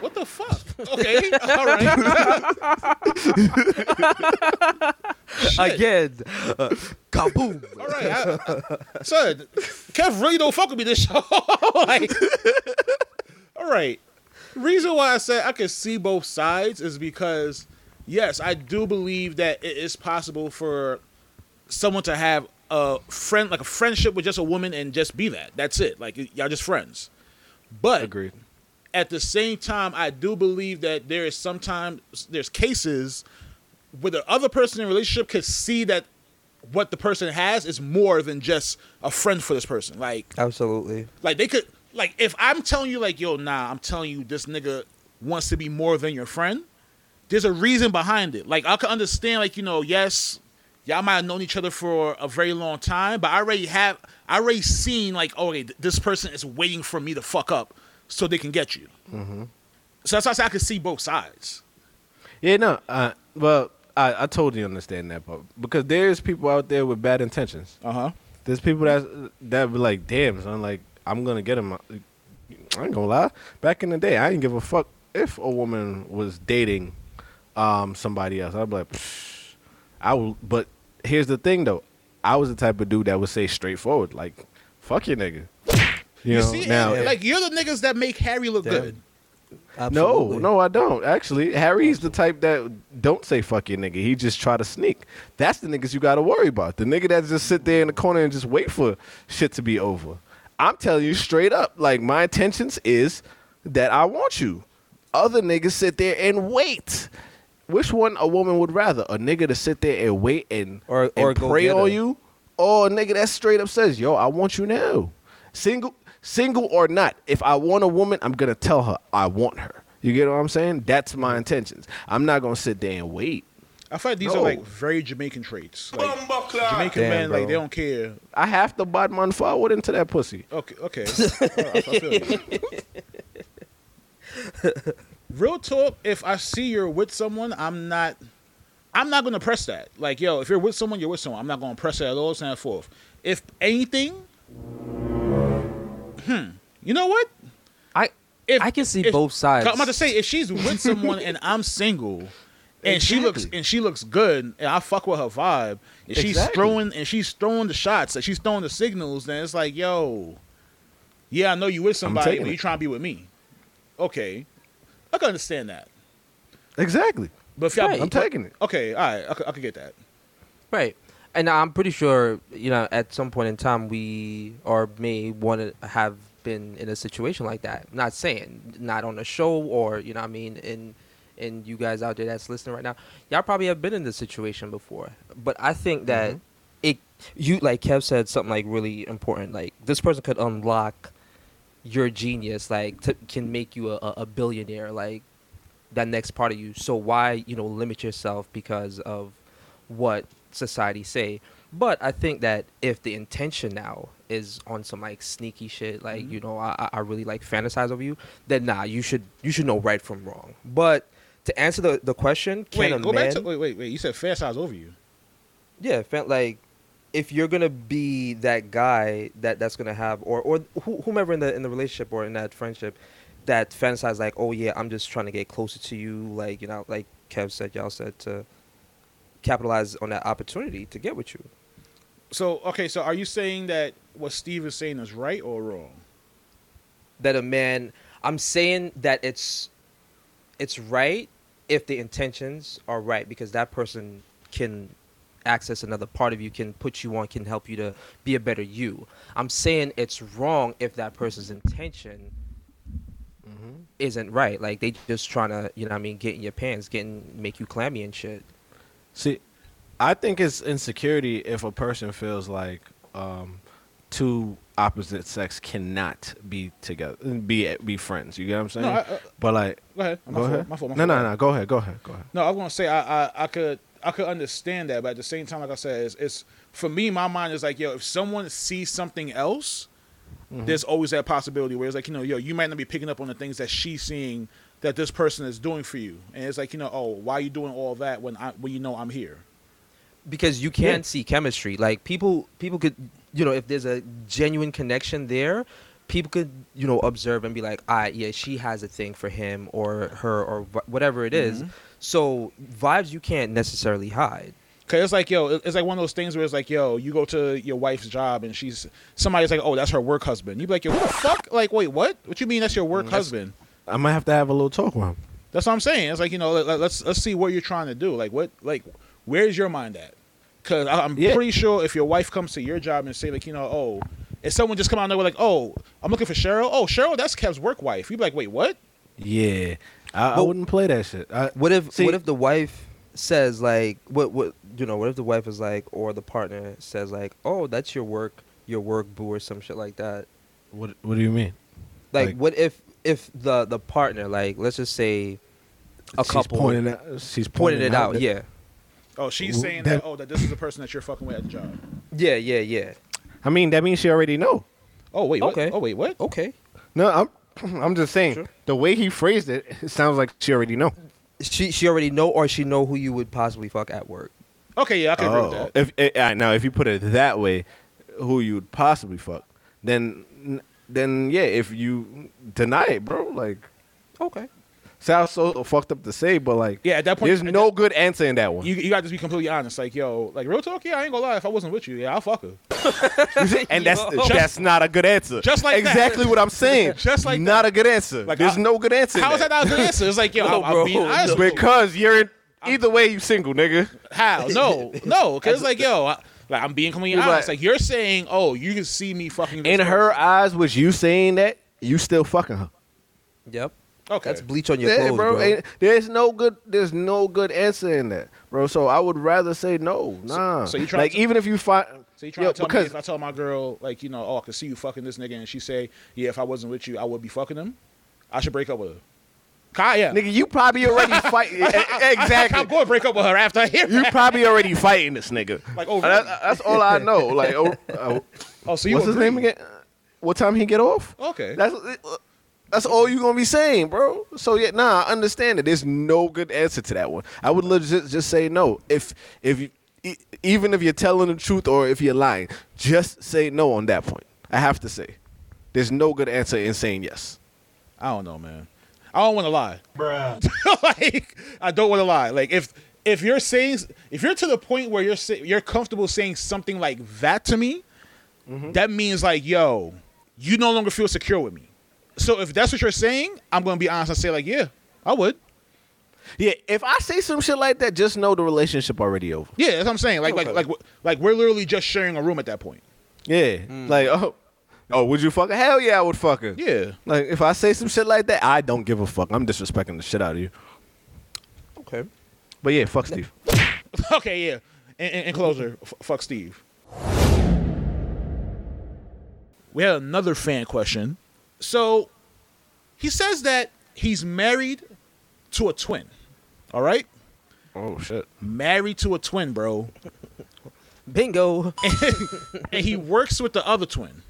S2: what
S1: (laughs)
S2: the fuck? Okay, all right.
S1: (laughs)
S3: Again, uh, kaboom.
S2: All right, I, I, son. Kev really don't fuck with me this (laughs) show. like, all right. Reason why I said I can see both sides is because, yes, I do believe that it is possible for someone to have a friend, like a friendship with just a woman, and just be that. That's it. Like y- y'all just friends. But
S1: Agreed.
S2: at the same time, I do believe that there is sometimes there's cases where the other person in a relationship could see that what the person has is more than just a friend for this person. Like
S3: Absolutely.
S2: like they could like if I'm telling you like yo nah I'm telling you this nigga wants to be more than your friend. There's a reason behind it. Like I can understand like you know yes y'all might have known each other for a very long time, but I already have I already seen like oh, okay th- this person is waiting for me to fuck up so they can get you. So that's why I said I could see both sides.
S1: Yeah, no. Uh, well, I, I totally understand that part because there's people out there with bad intentions.
S2: Uh huh.
S1: There's people that that be like, damn, son, like I'm gonna get him. uh, I ain't gonna lie. Back in the day, I didn't give a fuck if a woman was dating um, somebody else. I'd be like, "Psh, I will. But here's the thing, though. I was the type of dude that would say straightforward, like, fuck your nigga. You,
S2: You,
S1: know,
S2: see
S1: now,
S2: and, like you're the niggas that make Harry look
S3: Damn.
S2: good.
S1: no,
S3: Absolutely.
S1: no, I don't. Actually, Harry's the type that don't say fuck your nigga. He just try to sneak. That's the niggas you got to worry about. The nigga that just sit there in the corner and just wait for shit to be over. I'm telling you straight up, like my intentions is that I want you. Other niggas sit there and wait. Which one a woman would rather? A nigga to sit there and wait and
S3: Or-
S1: and
S3: or go
S1: prey
S3: get
S1: on
S3: her.
S1: you, or a nigga that straight up says, "Yo, I want you now." Single, single or not, if I want a woman, I'm gonna tell her I want her. You get what I'm saying? That's my intentions. I'm not gonna sit there and wait.
S2: I feel like these
S1: No.
S2: are like very Jamaican traits. Like, Jamaican
S3: Damn,
S2: men like
S3: bro.
S2: they don't care
S1: I have to bod man forward into that pussy.
S2: Okay, okay. Alright, I feel you. Real talk, if I see you're with someone, I'm not I'm not gonna press that. Like, yo, if you're with someone, you're with someone. I'm not gonna press that at all, stand forth. If anything, hmm, you know what?
S3: I
S2: If
S3: I can see
S2: if-
S3: both sides.
S2: I'm about to say if she's with someone and I'm single and she looks
S3: Exactly.
S2: and she looks good and I fuck with her vibe and she's
S3: Exactly.
S2: throwing and she's throwing the shots and she's throwing the signals, then it's like, yo, yeah, I know you with somebody,
S1: taking
S2: but
S1: it.
S2: you trying to be with me. Okay. I can understand that.
S1: Exactly.
S2: But if y'all
S3: Right.
S1: I'm taking it.
S2: Okay, all right, I could, I could get that.
S3: Right. And I'm pretty sure, you know, at some point in time, we or may want to have been in a situation like that. Not saying not on a show or, you know, what I mean, in and you guys out there that's listening right now, y'all probably have been in this situation before. But I think that it, you like Kev said something like really important. Like this person could unlock your genius, like t- can make you a, a a billionaire, like that next part of you. So why, you know, limit yourself because of what society say. But I think that if the intention now is on some like sneaky shit, like
S2: Mm-hmm.
S3: you know, I, I- I really like fantasize over you, then nah, you should you should know right from wrong. But to answer the, the question, can a
S2: wait, go
S3: man,
S2: back to wait, wait, wait. You said fair size over you.
S3: yeah, fan, like if you're gonna be that guy that that's gonna have or or who, whomever in the in the relationship or in that friendship that fantasize like, oh yeah, I'm just trying to get closer to you, like you know, like Kev said, y'all said to capitalize on that opportunity to get with you.
S2: So okay, so are you saying that what Steve is saying is right or wrong?
S3: That a man, I'm saying that it's it's right if the intentions are right because that person can access another part of you can put you on can help you to be a better you i'm saying it's wrong if that person's intention isn't right like they just trying to you know what i mean get in your pants getting make you clammy and shit
S1: See, I think it's insecurity if a person feels like um, two opposite sex cannot be together, be be friends. You get what I'm saying?
S2: No, I- I-
S1: but like,
S2: Go ahead. My
S1: go
S2: fault,
S1: ahead.
S2: My fault, my
S1: no,
S2: fault.
S1: no, no. Go ahead. Go ahead. Go ahead.
S2: No, I was gonna say I, I I could I could understand that, but at the same time, like I said, it's, it's for me, my mind is like, yo, if someone sees something else, there's always that possibility where it's like, you know, yo, you might not be picking up on the things that she's seeing that this person is doing for you, and it's like, you know, oh, why are you doing all that when I when you know I'm here?
S3: because you can see chemistry. Like people, people could, you know, if there's a genuine connection there, people could, you know, observe and be like, ah, yeah, she has a thing for him or her or wh- whatever it is."
S6: Mm-hmm.
S3: So vibes you can't necessarily hide.
S2: Cause it's like, yo, it- it's like one of those things where it's like, yo, you go to your wife's job and she's somebody's like, oh, that's her work husband. You be like, yo, what the fuck? Like, wait, what? What you mean that's your work husband?
S1: I might have to have a little talk with him.
S2: That's what I'm saying. It's like you know, let, let- let's let's see what you're trying to do. Like what, like where's your mind at? Because I'm
S6: Yeah.
S2: pretty sure if your wife comes to your job and say like, you know, oh, if someone just come out and they're like, oh, I'm looking for Cheryl. Oh, Cheryl, that's Kev's work wife. You'd be like, wait, what?
S6: Yeah, I, I
S3: Well-
S6: wouldn't play that shit. I,
S3: What if
S6: See-
S3: what if the wife says like what what you know what if the wife is like or the partner says like oh that's your work your work boo or some shit like that
S6: what What do you mean?
S3: like,
S6: Like-
S3: what if if the the partner like let's just say a
S6: she's
S3: couple
S6: pointing out, she's
S3: pointed
S6: pointing
S3: it out
S6: that-
S3: yeah
S2: Oh, she's
S6: Who-
S2: saying
S6: that-
S2: that, oh, that this is the person that you're fucking with at the job.
S3: yeah yeah yeah
S6: I mean, that means she already know.
S2: Oh wait, what?
S3: Okay.
S2: Oh wait, what?
S3: okay
S1: No, I'm (clears throat) I'm just saying
S3: Sure.
S1: the way he phrased it, it sounds like she already know.
S3: she she already know or she know who you would possibly fuck at work
S2: Okay, yeah, I can
S6: Oh.
S2: agree with that.
S1: If eh, all right, now if you put it that way, who you'd possibly fuck, then then yeah, if you deny it, bro, like
S3: (laughs) okay
S1: sounds so fucked up to say, but like
S2: Yeah, at that point,
S1: there's
S2: at
S1: no good answer in that one.
S2: You, you got to be completely honest. Like, yo, like real talk. Yeah, I ain't gonna lie. If I wasn't with you, yeah, I'll fuck her.
S1: and that's
S3: Yo.
S1: that's not a good answer.
S2: Just like that.
S1: exactly what I'm saying.
S2: (laughs) Just like
S1: not a good answer.
S2: Like,
S1: there's
S2: I-
S1: no good answer. in
S2: How is that
S1: that
S2: not a good answer? It's like, yo,
S3: (laughs) No,
S2: I'm,
S3: bro,
S2: I'm being honest.
S3: no.
S2: with you.
S1: Because you're in either way, you single, nigga. (laughs)
S2: How? No, no. Because like, yo, I, like I'm being
S1: You're
S2: completely honest.
S1: right.
S2: Like you're saying, oh, you can see me fucking this
S1: In her
S2: person.
S1: eyes, was you saying that you still fucking her?
S3: yep
S2: Okay.
S3: that's bleach on your
S1: Yeah,
S3: clothes bro,
S1: ain't- there's no good. There's no good answer in that, bro. So I would rather say no. Nah.
S2: so you trying
S1: like
S2: to-
S1: even if you find.
S2: so you trying
S1: Yo,
S2: to tell me
S1: because-
S2: if I tell my girl, like, you know, oh, I can see you fucking this nigga, and she say, yeah, if I wasn't with you, I would be fucking him. I should break up with her. Kaya,
S1: Nigga, you probably (laughs) already fighting.
S2: I'm
S1: e-, exactly.
S2: going to break up with her after I hear
S1: You
S2: that.
S1: probably already fighting this nigga.
S2: Like, oh,
S1: That-
S2: really?
S1: that's all I know. Like, oh, oh,
S2: Oh, so
S1: Uh, (laughs)
S2: you
S1: what's his
S2: agree.
S1: name again? What time he get off?
S2: Okay.
S1: That's uh, that's all you gonna be saying, bro. So yeah, nah, I understand it. There's no good answer to that one. I would legit just say no. If if you, e- even if you're telling the truth or if you're lying, just say no on that point. I have to say, there's no good answer in saying yes.
S2: I don't know, man. I don't want to lie, bruh. (laughs) like I don't want to lie. Like if if you're saying if you're to the point where you're say, you're comfortable saying something like that to me, that means like yo, you no longer feel secure with me. So if that's what you're saying, I'm gonna be honest and say like yeah, I would.
S1: Yeah, if I say some shit like that, just know the relationship already over.
S2: Yeah, that's what I'm saying. Like
S3: Okay.
S2: like like we're- like we're literally just sharing a room at that point.
S1: Yeah, like oh, oh, would you fuck her? Hell yeah, I would fuck her.
S2: Yeah.
S1: Like if I say some shit like that, I don't give a fuck. I'm disrespecting the shit out of you.
S3: okay
S1: But yeah, fuck Steve.
S2: okay, yeah. In, in, in closer, f- fuck Steve. We had another fan question. So he says that he's married to a twin. All right?
S1: Oh shit.
S2: Married to a twin, bro. (laughs)
S3: bingo
S2: And he works with the other twin.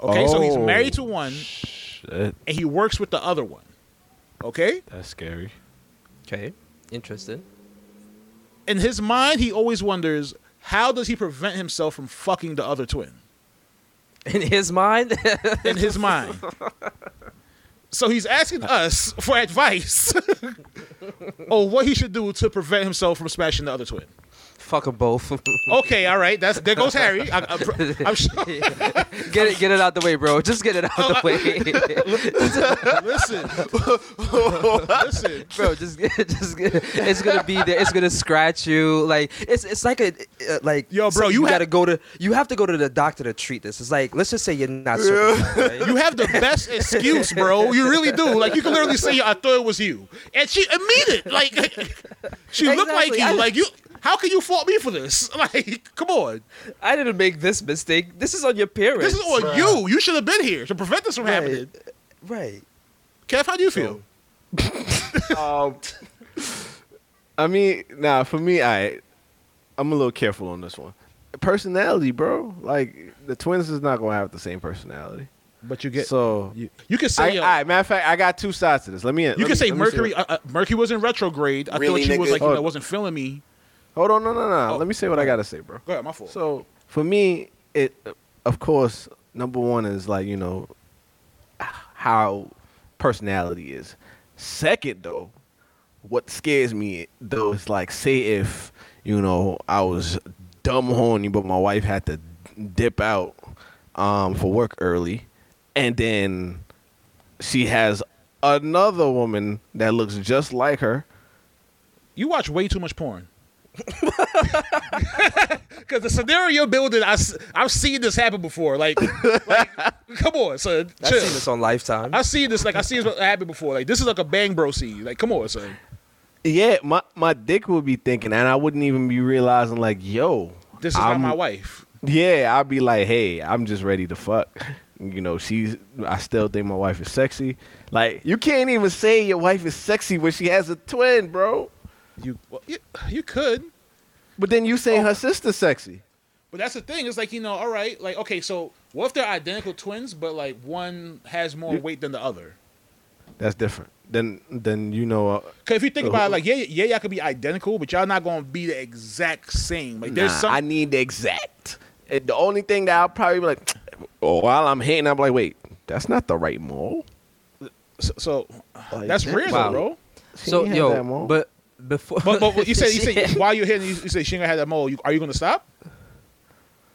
S2: Okay, so he's
S6: Oh,
S2: married to one
S6: Shit,
S2: and he works with the other one. Okay?
S6: that's scary.
S3: okay interesting (laughs)
S2: In his mind, he always wonders how does he prevent himself from fucking the other twin?
S3: in his mind (laughs)
S2: in his mind. So he's asking us for advice (laughs) on what he should do to prevent himself from smashing the other twin.
S3: fuck them both (laughs)
S2: Okay, all right, that's there goes Harry. I, I, I'm (laughs) sure.
S3: get it get it out the way bro just get it out (laughs) the way (laughs)
S2: Listen, listen.
S3: (laughs) bro just just it's gonna be there it's gonna scratch you like it's it's like a uh, like
S2: Yo, bro,
S3: so
S2: you ha-
S3: gotta go to you have to go to the doctor to treat this it's like let's just say you're not
S2: (laughs)
S3: circumcised, right?
S2: You have the best excuse, bro. You really do. Like you can literally say, "I thought it was you," and she immediate. Like she looked like (laughs)
S3: Exactly.
S2: you.
S3: I-
S2: Like you. How can you fault me for this? (laughs) Like, come on.
S3: i didn't make this mistake this is on your parents
S2: This is on you. You should have been here to prevent this from happening.
S3: right right
S2: Kev, how do you feel?
S1: Um, I mean, nah. For me, I, I'm a little careful on this one. Personality, bro. Like the twins is not gonna have the same personality.
S2: But you
S1: so,
S2: You can say
S1: I,
S2: yo,
S1: all right. Matter of fact, I got two sides to this. Let me.
S2: you can say Mercury. Uh, uh, Mercury was in retrograde. I
S1: Really,
S2: thought you was
S1: nigga?
S2: like you
S1: Oh.
S2: know, wasn't feeling me.
S1: Hold on, no, no, no.
S2: Oh.
S1: Let me say what I gotta say, bro.
S2: Go ahead, my fault.
S1: So for me, it of course number one is like you know how personality is. Second though, what scares me though is like say if you know I was dumb horny but my wife had to dip out um, for work early, and then she has another woman that looks just like her.
S2: you watch way too much porn. (laughs) Because the scenario building, I, have seen this happen before. Like, like, come on, son.
S3: I've
S2: chill.
S3: seen this on Lifetime.
S2: I've seen this. Like, I've seen this happen before. Like, this is like a bang bro scene. Like, come on, son.
S1: Yeah, my, my dick would be thinking, and I wouldn't even be realizing, like, yo,
S2: This is not
S1: I'm-
S2: my wife.
S1: Yeah, I'd be like, hey, I'm just ready to fuck. You know, she's. I still think my wife is sexy. Like, you can't even say your wife is sexy when she has a twin, bro.
S2: You, well, you, you could.
S1: But then you
S2: Oh.
S1: saying her sister's sexy.
S2: But that's the thing. It's like you know, all right, like okay, so what if they're identical twins, but like one has more weight than the other?
S1: That's different. Then, then you know, uh,
S2: Because if you think
S1: Uh,
S2: about it,
S1: who-
S2: like yeah, yeah, y'all could be identical, but y'all not gonna be the exact same. Like there's
S1: nah,
S2: some.
S1: I need the exact. And the only thing that I'll probably be like, oh, while I'm hitting, I'm like, wait, that's not the right mole.
S2: so so
S1: Like,
S2: that's rare
S1: wow.
S2: though, bro.
S1: She
S3: so
S1: ain't had
S3: yo,
S1: that mole.
S3: but before
S2: But but what you said you said
S3: (laughs) Yeah.
S2: while you're hitting, you, you say she ain't gonna have that mole. You, are you gonna stop?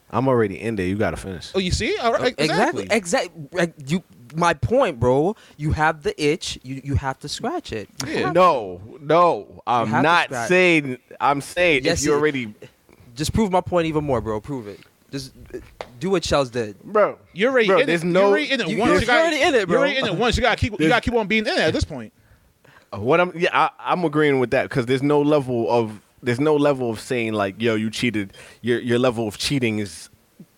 S1: I'm already in there. You gotta finish.
S2: Oh, you see, all right, exactly.
S3: exactly, exactly. You, my point, bro. You have the itch. You you have to scratch it. You have
S1: No, no, I'm
S3: have to
S1: not
S3: scratch.
S1: saying. I'm saying
S3: Yes,
S1: if you
S3: it-
S1: already,
S3: Just prove my point even more, bro. Prove it. Just uh, do what Shells did.
S1: bro.
S2: You're already
S1: Bro,
S2: in it.
S1: there's
S2: You're
S1: no-
S2: already in it.
S3: You-
S2: once
S3: you're
S2: you gotta-
S3: already in it, bro.
S2: You're already in it once. You gotta keep. You
S1: There's-
S2: gotta keep on being in it at this point.
S1: What I'm yeah, I, I'm agreeing with that because there's no level of there's no level of saying like yo you cheated. Your your level of cheating is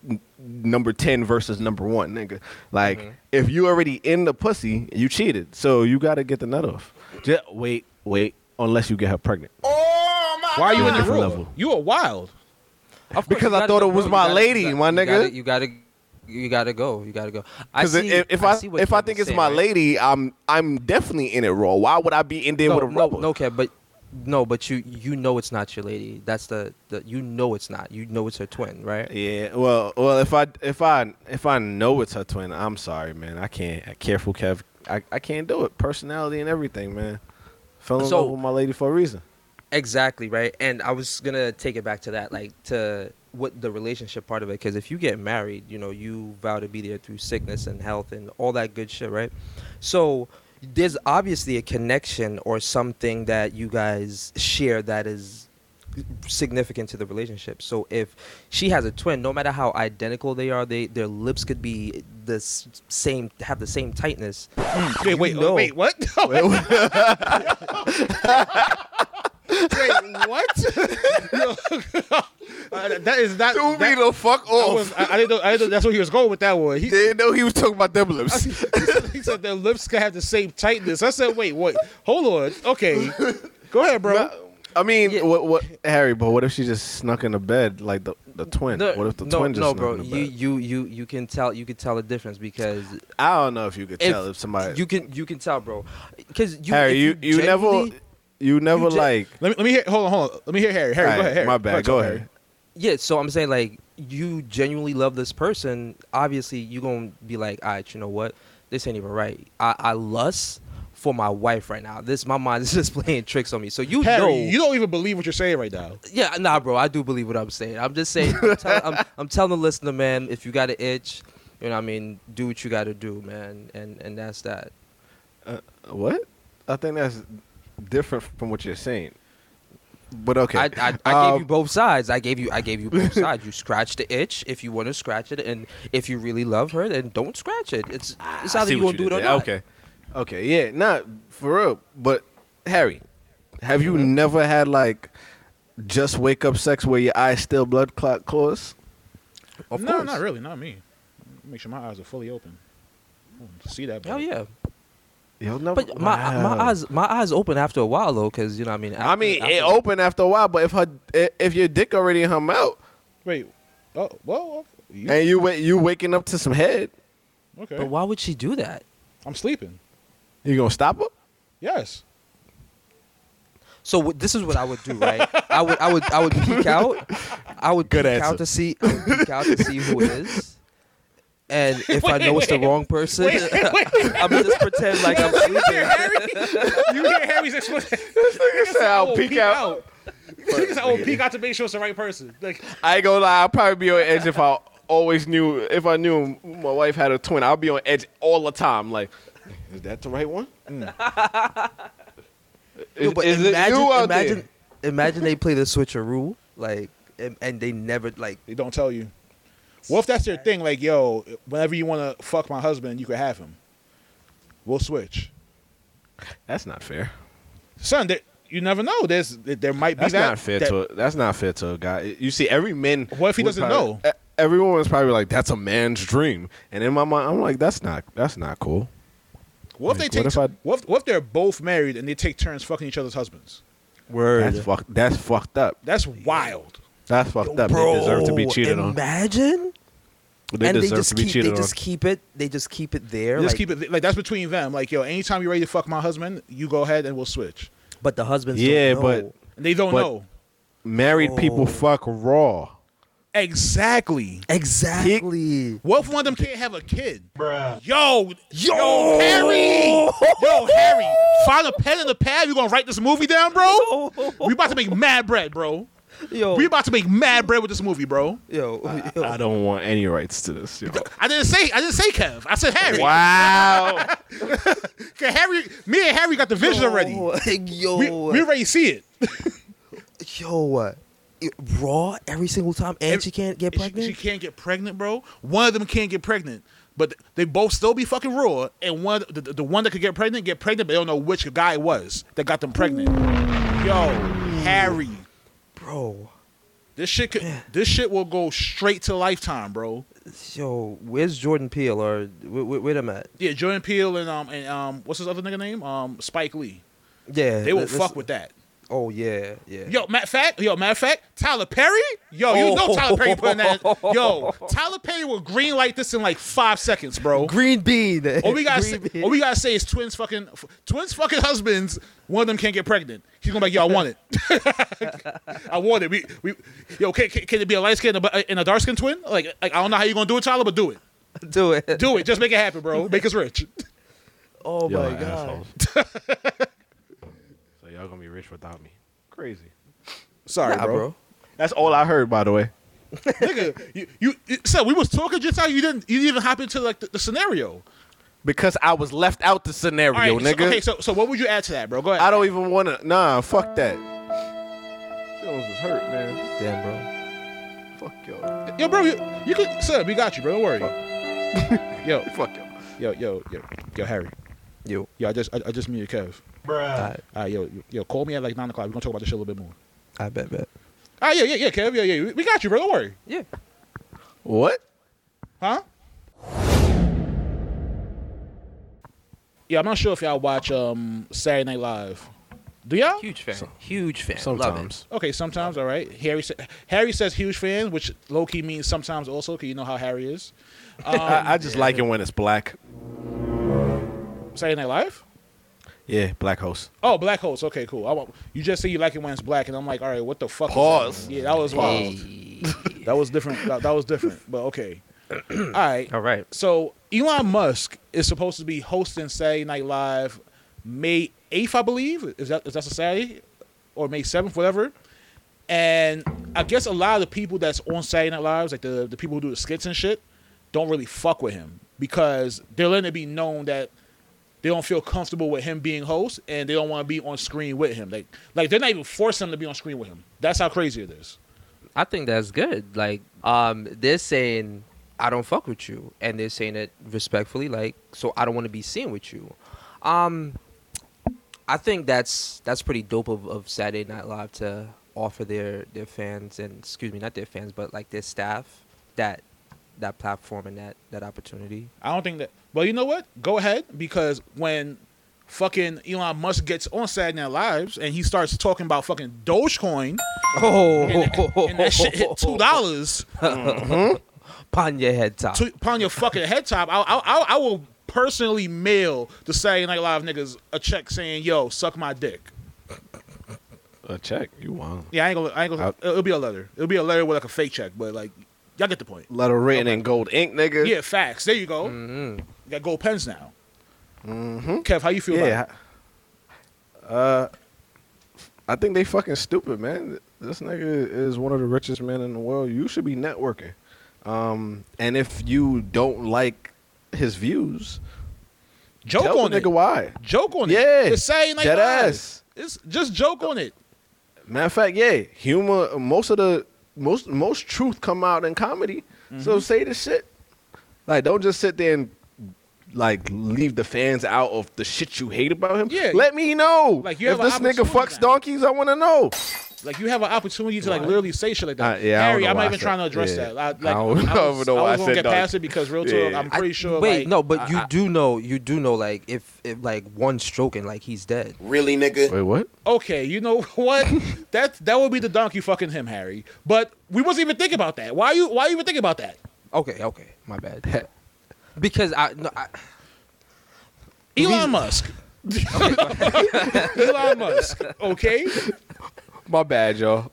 S1: n- number ten versus number one, nigga. Like if you already in the pussy, you cheated, so you gotta get the nut off. Just wait, wait, unless you get her pregnant.
S2: Why are you in the
S1: Different
S2: room?
S1: level.
S2: You are wild.
S3: Of course,
S1: Because
S3: you
S1: I
S3: gotta
S1: thought
S3: go,
S1: it was
S3: bro. You
S1: my
S3: gotta-
S1: lady,
S3: you
S1: my
S3: gotta-
S1: nigga.
S3: You gotta, you gotta go. You gotta go. I
S1: Because
S3: see,
S1: if, if I,
S3: see what
S1: if I
S3: Kevin's
S1: think it's
S3: saying,
S1: my
S3: right?
S1: lady, I'm I'm definitely in it raw. Why would I be in there
S3: no,
S1: with a
S3: no,
S1: rubber?
S3: no, Kev, but no, but you you know it's not your lady. That's the, the you know it's not. You know it's her twin, right?
S1: Yeah, well, well, if I if I if I know it's her twin, I'm sorry, man. I can't. I- Careful, Kev. I, I can't do it. Personality and everything, man. Fell in
S3: So-
S1: love with my lady for a reason.
S3: Exactly, right? And I was gonna take it back to that, like to what the relationship part of it, because if you get married, you know, you vow to be there through sickness and health and all that good shit, right? So there's obviously a connection or something that you guys share that is significant to the relationship. So if she has a twin, no matter how identical they are, they their lips could be the s- same, have the same tightness.
S2: Okay, Mm, wait,
S3: know.
S2: wait, what? (laughs) wait, what? (laughs) Yo, uh, that is not. that,
S1: the fuck (laughs)
S2: I, was, I, I didn't know, I didn't know. That's where he was going with that one. He,
S1: didn't know he was talking about them
S2: I
S1: lips.
S2: said- he said their lips could have the same tightness. I said, wait, what? Hold on. Okay, go ahead, bro.
S1: I mean,
S3: Yeah.
S1: what what Harry? But what if she just snuck in the bed like the the twin?
S3: No,
S1: what if the
S3: no,
S1: twin just
S3: no,
S1: snuck
S3: bro?
S1: in the bed?
S3: You you you you can tell you can tell the difference because
S1: I don't know if you could
S3: if
S1: tell if somebody.
S3: you can you can tell, bro, because you
S1: Harry, you
S3: if
S1: you, never
S3: genuinely-
S1: you never
S3: gen-
S1: like.
S2: Let me let me hear. Hold on, hold on. Let me hear Harry. Harry,
S1: Alright,
S2: go ahead. Harry.
S1: My bad. Go
S2: talk,
S1: ahead.
S2: Harry.
S3: yeah. So I'm saying like you genuinely love this person. Obviously, you gonna be like, all right, you know what? This ain't even right. I I lust for my wife right now. This my mind (laughs) is just playing tricks on me. So you
S2: Harry,
S3: know
S2: you don't even believe what you're saying right now.
S3: Yeah, nah, bro. I do believe what I'm saying. I'm just saying. I'm, tell,
S1: (laughs)
S3: I'm, I'm telling the listener, man. If you got an itch, you know, what I mean, do what you got to do, man. And and that's that.
S1: What? I think that's different from what you're saying. But okay.
S3: I, I, I
S1: Um,
S3: gave you both sides. I gave you I gave you both sides. You scratch the itch if you want to scratch it, and if you really love her, then don't scratch it. It's it's
S1: Ah, I
S3: either
S1: see
S3: you
S1: what
S3: gonna do it
S1: did
S3: or
S1: there.
S3: not.
S1: Okay. Okay, yeah, not for real. But Harry, have you never had like just wake up sex where your eyes still blood clot close?
S3: Of
S2: no,
S3: course.
S2: not really. Not me. Make sure my eyes are fully open. I wanna See that? bro.
S3: Hell yeah.
S1: Yo, no,
S3: But my my
S1: wow.
S3: eyes my eyes open after a while though, because you know what I mean.
S1: I
S3: after-
S1: mean,
S3: after-
S1: it opened after a while. But if her, i- if your dick already in her mouth,
S2: Wait. Oh, well, you,
S1: and you wa- you waking up to some head,
S2: okay.
S3: But why would she do that?
S2: I'm sleeping.
S1: you gonna stop her?
S2: (laughs) Yes.
S3: So w- this is what I would do, right? I would, I would, I would peek out. I would
S1: Good
S3: peek
S1: answer.
S3: out to see, I would peek out to see who it is,
S1: (laughs)
S3: and if I
S2: Wait,
S3: know it's the
S2: wait,
S3: wrong person,
S2: wait,
S3: (laughs)
S2: wait.
S3: I'm gonna just pretend like I'm
S2: you
S3: sleeping.
S2: hear Harry's explanation.
S1: nigga said, "I'll peek
S2: (laughs)
S1: out."
S2: Niggas I will peek out to make sure it's the right person. Like,
S1: I ain't gonna lie, I'd probably be on edge if I always knew if I knew my wife had a twin, I'd be on edge all the time. Like, is that the right one?
S2: Mm.
S3: Yo,
S1: Is,
S3: but
S1: is
S3: imagine,
S1: it you out
S3: imagine,
S1: there?
S3: imagine they play the switcheroo, like, and, and they never like.
S2: They don't tell you. What if that's their thing? Like, yo, whenever you want to fuck my husband, you can have him. We'll switch.
S1: That's not fair.
S2: Son, there- you never know. There's there might be
S1: That's
S2: that.
S1: not fair
S2: that-
S1: to. A, that's not fair to a guy. You see, every man.
S2: What if he
S1: was
S2: doesn't
S1: probably-
S2: know?
S1: e- Everyone was probably like, "That's a man's dream," and in my mind, I'm like, "That's not. That's not cool."
S2: What if they
S1: Like,
S2: take?
S1: what
S2: What
S1: if
S2: if,
S1: I-
S2: what, if, they're both married and they take turns fucking each other's husbands?
S3: Word.
S1: That's fucked. That's fucked up.
S2: That's wild.
S1: That's fucked up.
S3: Bro,
S1: they deserve to be cheated on.
S3: Imagine.
S1: They
S3: and they
S1: deserve
S3: just
S1: to be
S3: keep. They
S1: cheated on.
S3: just keep it. They just keep it there.
S2: Just
S3: like-
S2: keep it like that's between them. Like, yo, anytime you're ready to fuck my husband, you go ahead and we'll switch.
S3: But the husbands.
S1: Yeah,
S3: don't
S1: but-
S3: know.
S2: And they don't
S1: But-
S2: know
S1: Married
S3: Oh.
S1: people fuck raw.
S2: exactly.
S3: exactly.
S2: What if one of them can't have a kid? Bruh. Yo, yo, Harry, yo, Harry, find a pen and a pad. You gonna write this movie down, bro? We about to make mad bread, bro.
S3: Yo,
S2: We about to make mad bread with this movie, bro.
S3: yo, yo.
S1: I don't want any rights to this.
S3: (laughs)
S1: Yo.
S2: I didn't say, I didn't say Kev. I said Harry.
S1: wow.
S2: Cause Harry, me and Harry got the vision already.
S3: (laughs) Yo,
S2: We, we already see it.
S3: yo, uh, it- raw every single time, and
S2: Every-
S3: she can't get
S2: She,
S3: pregnant.
S2: she can't get pregnant, bro. One of them can't get pregnant, but they both still be fucking raw. And one, the, the one that could get pregnant, get pregnant, but they don't know which guy it was that got them pregnant. Yo, Harry,
S3: Bro,
S2: this shit could, this shit will go straight to lifetime, bro.
S3: yo, where's Jordan Peele or where, where, where them at?
S2: Yeah, Jordan Peele and um and um what's his other nigga name? Um, Spike Lee.
S3: Yeah,
S2: They will
S3: let- let's-
S2: fuck with that.
S3: Oh yeah, yeah.
S2: Yo, matter of fact, yo, matter of fact, Tyler Perry, yo, you know Tyler Perry putting that. Yo,
S3: Oh. (laughs)
S2: Tyler Perry will green light this in like five seconds, bro.
S3: Green Bean.
S2: All we gotta say,
S3: Green Bean.
S2: all we gotta say is twins fucking f- twins fucking husbands. One of them can't get pregnant. He's gonna be like, yo, I want it. I want it. (laughs) We, we, yo, can, can, can it be a light skin and a, and a dark skin twin? Like, like I don't know how you gonna do it, Tyler, but do it.
S3: do it.
S2: Do it. Just make it happen, bro. Make
S1: (laughs)
S2: us rich.
S3: oh
S1: Y'all
S3: my
S1: are
S3: god.
S1: assholes. (laughs) so y'all gonna be rich without me. Crazy.
S2: Sorry,
S3: Nah,
S2: bro.
S3: bro.
S1: That's all I heard, by the way.
S2: Nigga, you, you, so we was talking just how you didn't, you didn't even hop into like the, the scenario.
S1: Because I was left out the scenario,
S2: All right, so-
S1: nigga.
S2: okay, so so what would you add to that, bro? Go ahead.
S1: I don't even wanna. Nah, fuck that. Jones is hurt, man.
S3: Damn, bro.
S1: Fuck y'all.
S2: yo, bro, you, you could, sir, we got you, bro. Don't worry. yo,
S1: (laughs) Fuck y'all.
S2: yo, yo, yo, yo, Harry.
S3: Yo,
S2: Yo, I just, I, I just muted Kev.
S3: I,
S2: All right, yo, yo, call me at like nine o'clock. We're gonna talk about this shit a little bit more.
S3: I bet, bet.
S2: Ah, yeah, yeah, yeah, Kev, yeah, yeah, we- we got you, bro. Don't worry,
S3: Yeah.
S1: What?
S2: huh? Yeah, I'm not sure if y'all watch um Saturday Night Live. Do y'all?
S5: Huge fan. Huge fan.
S1: Sometimes.
S2: Okay, sometimes, all right. Harry sa- Harry says huge fan, which low key means sometimes also, because you know how Harry is.
S1: I, I just like it when it's black.
S2: Saturday Night Live.
S1: Yeah, black host.
S2: Oh, black holes. Okay, cool. I, want- you just say you like it when it's black, and I'm like, all right, what the fuck? is
S1: Pause.
S2: that? yeah, that was wild. (laughs) that was different. That, that was different. But okay. all right.
S5: All right.
S2: So Elon Musk is supposed to be hosting Saturday Night Live May 8th, I believe. Is that is that a Saturday? Or May 7th, whatever. And I guess a lot of the people that's on Saturday Night Lives, like the, the people who do the skits and shit, don't really fuck with him because they're letting it be known that they don't feel comfortable with him being host and they don't want to be on screen with him. Like like they're not even forcing him to be on screen with him. That's how crazy it is.
S5: I think that's good. Like,
S3: Um, they're saying I don't fuck with you, and they're saying it respectfully, like so I don't want to be seen with you. Um, I think that's that's pretty dope of, of Saturday Night Live to offer their their fans and excuse me, not their fans, but like their staff that that platform and that
S2: (laughs)
S3: that opportunity.
S2: I don't think that. Well, you know what? Go ahead because when fucking Elon Musk gets on Saturday Night Lives and he starts talking about fucking Dogecoin
S3: Oh,
S2: and
S3: (laughs)
S2: that shit hit two dollars
S3: Pon your head top.
S2: upon your fucking head top, I, I, I, I will personally mail the Saturday Night Live niggas a check saying, "Yo, suck my dick."
S1: A check. You want.
S2: Yeah, I ain't gonna. I ain't gonna
S1: Out.
S2: it'll be a letter. It'll be a letter with like a fake check, but like, y'all get the point.
S1: Letter written in gold ink, nigga.
S2: Yeah, facts. There you go.
S1: Mm-hmm.
S2: You got gold pens now. Kev, how you feel
S1: Yeah.
S2: about it?
S1: Uh, I think they fucking stupid, man. This nigga is one of the richest men in the world. You should be networking. Um, and if you don't like his views,
S2: Joke
S1: tell
S2: on
S1: the
S2: it.
S1: nigga why.
S2: Joke on it.
S1: Yeah,
S2: It's Saturday Night
S1: dead
S2: Live.
S1: ass.
S2: It's just joke on it.
S1: Matter of fact, yeah, humor. Most of the most most truth come out in comedy.
S2: Mm-hmm.
S1: So say the shit. Like, don't just sit there and like leave the fans out of the shit you hate about him.
S2: Yeah.
S1: let me know.
S2: Like, you
S1: if
S2: have an
S1: this nigga
S2: opportunity
S1: fucks
S2: now.
S1: donkeys, I want to know.
S2: Like you have an opportunity to like literally say shit like
S1: Uh,
S2: that.
S1: yeah, I don't
S2: Harry,
S1: know
S2: I'm
S1: why
S2: not
S1: I
S2: even
S1: said-
S2: trying to address
S1: yeah.
S2: that. I, like,
S1: I don't- (laughs) I
S2: was,
S1: don't know
S2: I
S1: why I
S2: was gonna
S1: said
S2: get
S1: dog.
S2: past it because real talk,
S1: Yeah.
S2: I'm
S1: I-
S2: pretty sure.
S3: Wait,
S2: like,
S3: no, but you do know, you do know, like if, if like one stroke and like he's dead.
S7: Really, nigga?
S1: Wait, what?
S2: Okay, you know (laughs) what? that that would be the donkey fucking him, Harry. But we wasn't even thinking about that. Why you Why you even thinking about that?
S3: Okay, okay, my bad. because I, no, I
S2: Elon Musk. (laughs) Elon Musk. Okay.
S1: My bad, y'all.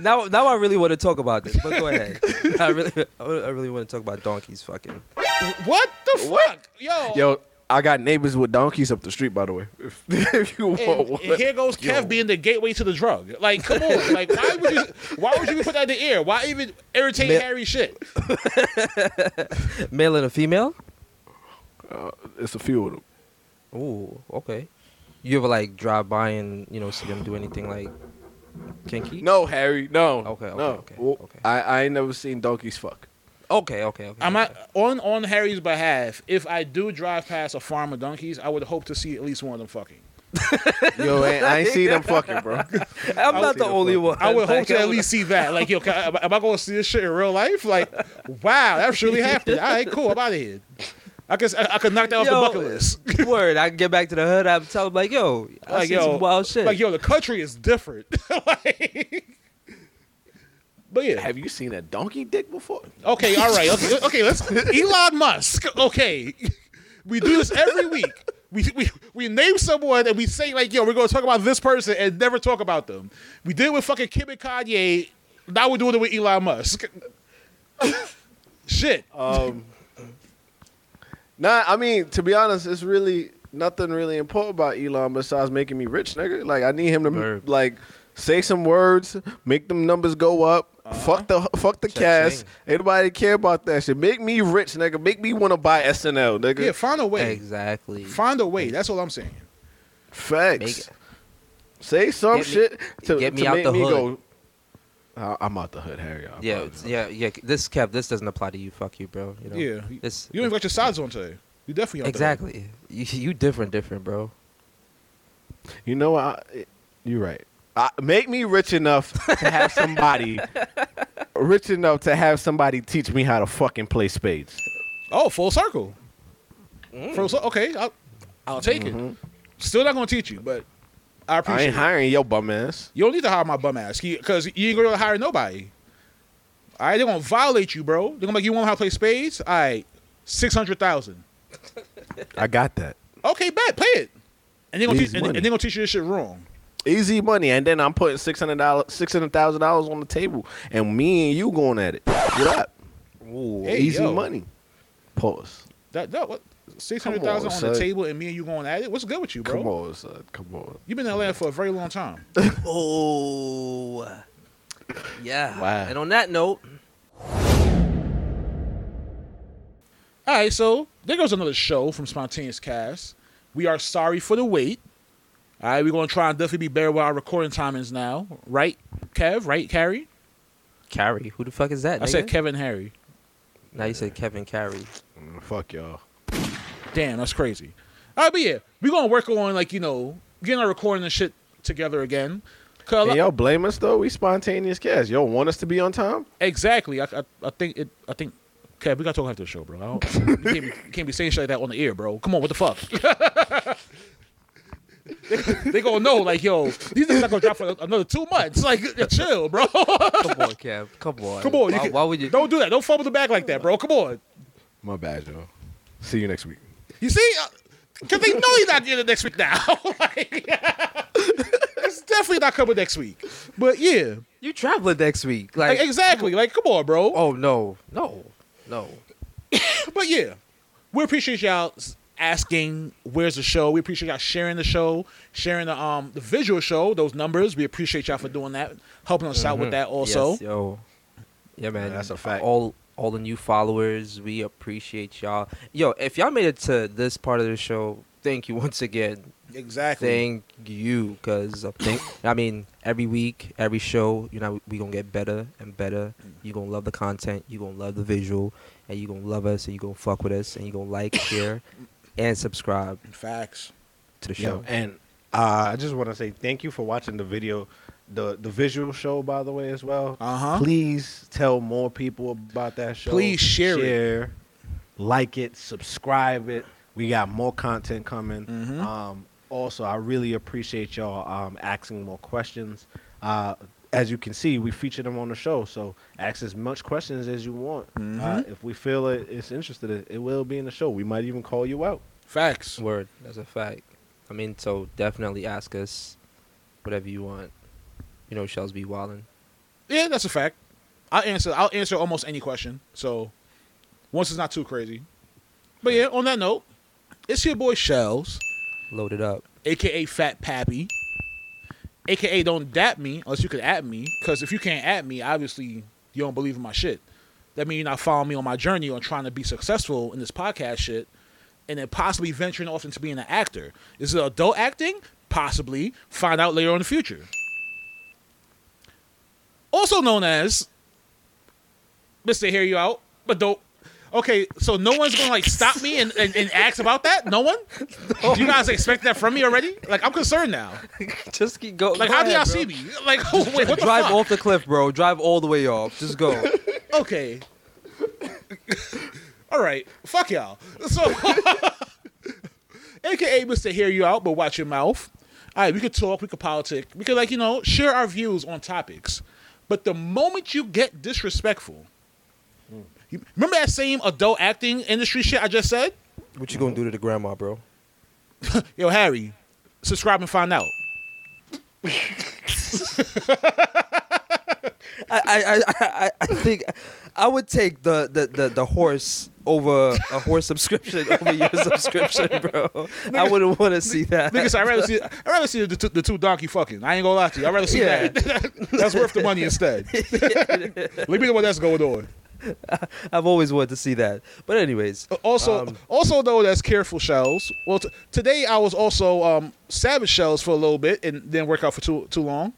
S3: now now I really want to talk about this, but go ahead. I really I really want to talk about donkeys fucking.
S2: What the fuck, yo?
S1: Yo, I got neighbors with donkeys up the street. By the way, if, (laughs) if you want
S2: And,
S1: one.
S2: and here goes Kev being the gateway to the drug. Like, come on. Like, why would you? Why would you even put that in the air? Why even irritate
S3: Ma-
S2: Harry? Shit.
S3: Male and a female?
S1: it's a few of them.
S3: Ooh, okay. You ever like drive by and you know see them do anything like kinky?
S1: No, Harry, no.
S3: Okay, okay,
S1: no.
S3: okay,
S1: Well,
S3: okay.
S1: I, I ain't never seen donkeys fuck.
S3: Okay, okay, okay.
S2: I'm
S3: okay.
S2: not, on on Harry's behalf. If I do drive past a farm of donkeys, I would hope to see at least one of them fucking.
S1: Yo, ain't- I ain't seen them fucking, bro.
S3: I'm
S1: I
S3: not
S1: see
S3: the
S1: the
S3: only
S1: fuck.
S3: one.
S2: I would hope
S3: Like,
S2: to
S3: I
S2: at
S3: would-
S2: least see that. Like, yo, can I, am I- am I going to see this shit in real life? Like, wow, that really happened. All right, cool. I'm out of here. I guess I, I could knock that off
S3: Yo,
S2: the bucket list.
S3: (laughs) Word, I can get back to the hood. I'm telling like, yo, I
S2: Like,
S3: see
S2: yo,
S3: some wild shit.
S2: like, yo, the country is different. (laughs) like, but
S1: (laughs)
S2: yeah,
S1: Have you seen a donkey dick before?
S2: okay, all right, okay, okay, let's Elon Musk. Okay, we do this every week. We, we, we name someone and we say like, yo, we're gonna talk about this person and never talk about them. We did it with fucking Kim and Kanye. Now we're doing it with Elon Musk. Shit.
S1: Um, nah, I mean, to be honest, it's really nothing really important about Elon besides making me rich, nigga. Like, I need him to
S3: Word.
S1: like say some words, make them numbers go up. Fuck the fuck the cast.
S3: Cha-ching.
S1: Ain't nobody care about that shit. Make me rich, nigga. Make me want to buy SNL, nigga.
S2: Yeah, find a way.
S3: exactly.
S2: Find a way. That's all I'm saying.
S1: Facts.
S3: Make-
S1: Say some
S3: Get me-
S1: shit to,
S3: get me
S1: to
S3: out
S1: make
S3: the
S1: me
S3: hood.
S1: go. I- I'm out the hood, Harry. I
S3: Yeah,
S1: apologize.
S3: yeah, yeah. This Kev, this doesn't apply to you. Fuck you, bro. You know?
S2: Yeah.
S3: This,
S2: You don't even got your sides on today. You definitely aren't today.
S3: exactly. You, you different, different, bro.
S1: You know, I, you're right. I, make me rich enough to have somebody, rich enough to have somebody teach me how to fucking play spades.
S2: Oh, full circle. Full cir- okay, I'll, I'll take it. Still not gonna teach you, but I
S1: I
S2: appreciate
S1: ain't
S2: it.
S1: hiring your bum ass.
S2: You don't need to hire my bum ass because you ain't gonna hire nobody. All right, they're gonna violate you, bro. They're gonna make you want how to play spades. All right, six hundred thousand.
S1: I got that.
S2: Okay, bet play it, and they're gonna
S1: Easy
S2: teach, and, and
S1: money.
S2: they're gonna teach you this shit wrong.
S1: Easy money, and then I'm putting six hundred dollars, six hundred thousand dollars on the table, and me and you going at it. What up?
S3: Ooh.
S2: Hey,
S1: Easy
S2: yo.
S1: money. Pause.
S2: That, that what six hundred
S1: Come
S2: thousand on
S1: on,
S2: the
S1: son.
S2: table, and me and you going at it. What's good with you, bro?
S1: Come on, son. Come on.
S2: You've been in Atlanta for a very long time. (laughs)
S3: Oh. Yeah.
S1: Wow.
S3: And on that note,
S2: All right, so there goes another show from Spontaneous Cast. We are sorry for the wait. All right, we're gonna try and definitely be better with our recording timings now, right, Kev? Right, Carrie?
S3: Carrie, who the fuck is that?
S2: I
S3: nigga?
S2: said Kevin Harry.
S3: Now you said Kevin Carrie.
S1: Mm, Fuck y'all.
S2: Damn, that's crazy. All right, but yeah, we're gonna work on like you know getting our recording and shit together again. 'Cause a
S1: Can
S2: lot-
S1: y'all blame us though? We spontaneous cats. Y'all want us to be on time?
S2: exactly. I, I, I think it. I think Kev, we gotta talk after the show, bro. I don't, you can't, be, you can't be saying shit like that on the air, bro. Come on, what the fuck? (laughs) they, they gonna know, like, yo, these niggas not gonna drop for another two months. Like, chill, bro.
S3: Come on, Kev. Come on.
S2: Come on, you
S3: Why,
S2: can-
S3: why would you?
S2: Don't do that. Don't fumble the bag like that, bro. Come on.
S1: My bad, y'all. See you next week.
S2: You see, because they know he's not getting it next week now. (laughs) like, it's definitely not coming next week. But yeah,
S3: You traveling next week? Like,
S2: like, exactly. Like, come on, bro.
S3: oh no, no, no.
S2: But yeah, we appreciate y'all s- asking where's the show. We appreciate y'all sharing the show, sharing the um the visual show, those numbers. We appreciate y'all for doing that, helping us out with that also.
S3: Mm-hmm. Yes, yo. Yeah, man.
S1: that's a fact.
S3: All all the new followers, we appreciate y'all. Yo, if y'all made it to this part of the show, thank you (laughs) once again.
S2: Exactly.
S3: Thank you, because I think I mean every week, every show, you know, we gonna get better and better. You gonna love the content, you gonna love the visual, and you gonna love us, and you gonna fuck with us, and you gonna like, share, and subscribe
S2: Facts.
S3: to the
S1: Yo,
S3: show.
S1: and uh, I just want to say thank you for watching the video, the the visual show by the way as well.
S2: Uh huh.
S1: Please tell more people about that show.
S2: Please share it.
S1: it, like it, subscribe it. We got more content coming.
S2: Mm-hmm.
S1: Um, also, I really appreciate y'all um, asking more questions. Uh, as you can see, we feature them on the show, so ask as much questions as you want. Uh,
S2: Mm-hmm.
S1: if we feel it, it's interested, it, it will be in the show. We might even call you out.
S2: Facts.
S3: Word, that's a fact. I mean, so definitely ask us whatever you want. You know, shells be wildin'.
S2: Yeah, that's a fact. I'll answer. I'll answer almost any question. So, once it's not too crazy. But yeah, on that note, it's your boy Shells,
S3: Load it up.
S2: aka Fat Pappy, aka Don't Dap Me unless you can at me. Because if you can't at me, obviously you don't believe in my shit. That means you're not following me on my journey on trying to be successful in this podcast shit, and then possibly venturing off into being an actor. Is it adult acting? Possibly. Find out later on in the future. Also known as Mr. Hear You Out, but don't. Okay, so no one's gonna like stop me and, and, and ask about that? No one? Do you guys expect that from me already? Like I'm concerned now.
S3: (laughs) Just keep go.
S2: Like
S3: go
S2: how do y'all
S3: ahead, bro.
S2: see me? Like (laughs) wait, what the
S3: Drive
S2: fuck?
S3: off the cliff, bro. Drive all the way off. Just (laughs) go.
S2: okay. (laughs) All right. Fuck y'all. So, (laughs) AKA Mr. Hear You Out, but watch your mouth. All right, we could talk, we could politic, we could, like, you know, share our views on topics. But the moment you get disrespectful, you, remember that same adult acting industry shit I just said?
S3: what you gonna do to the grandma, bro?
S2: Yo, Harry, subscribe and find out.
S3: I I, I, I, I think I would take the, the, the, the horse over a horse subscription (laughs) over your subscription, bro. I wouldn't want to see that.
S2: Niggas, I'd rather see, I'd rather see the, two, the two donkey fucking. I ain't gonna lie to you. I'd rather see
S3: Yeah.
S2: that. that's worth the money instead. Let me know what that's going on.
S3: (laughs) I've always wanted to see that. But anyways,
S2: Also,
S3: Um,
S2: also though, that's careful shells. Well, t- today I was also um, savage shells for a little bit and didn't work out for too too long.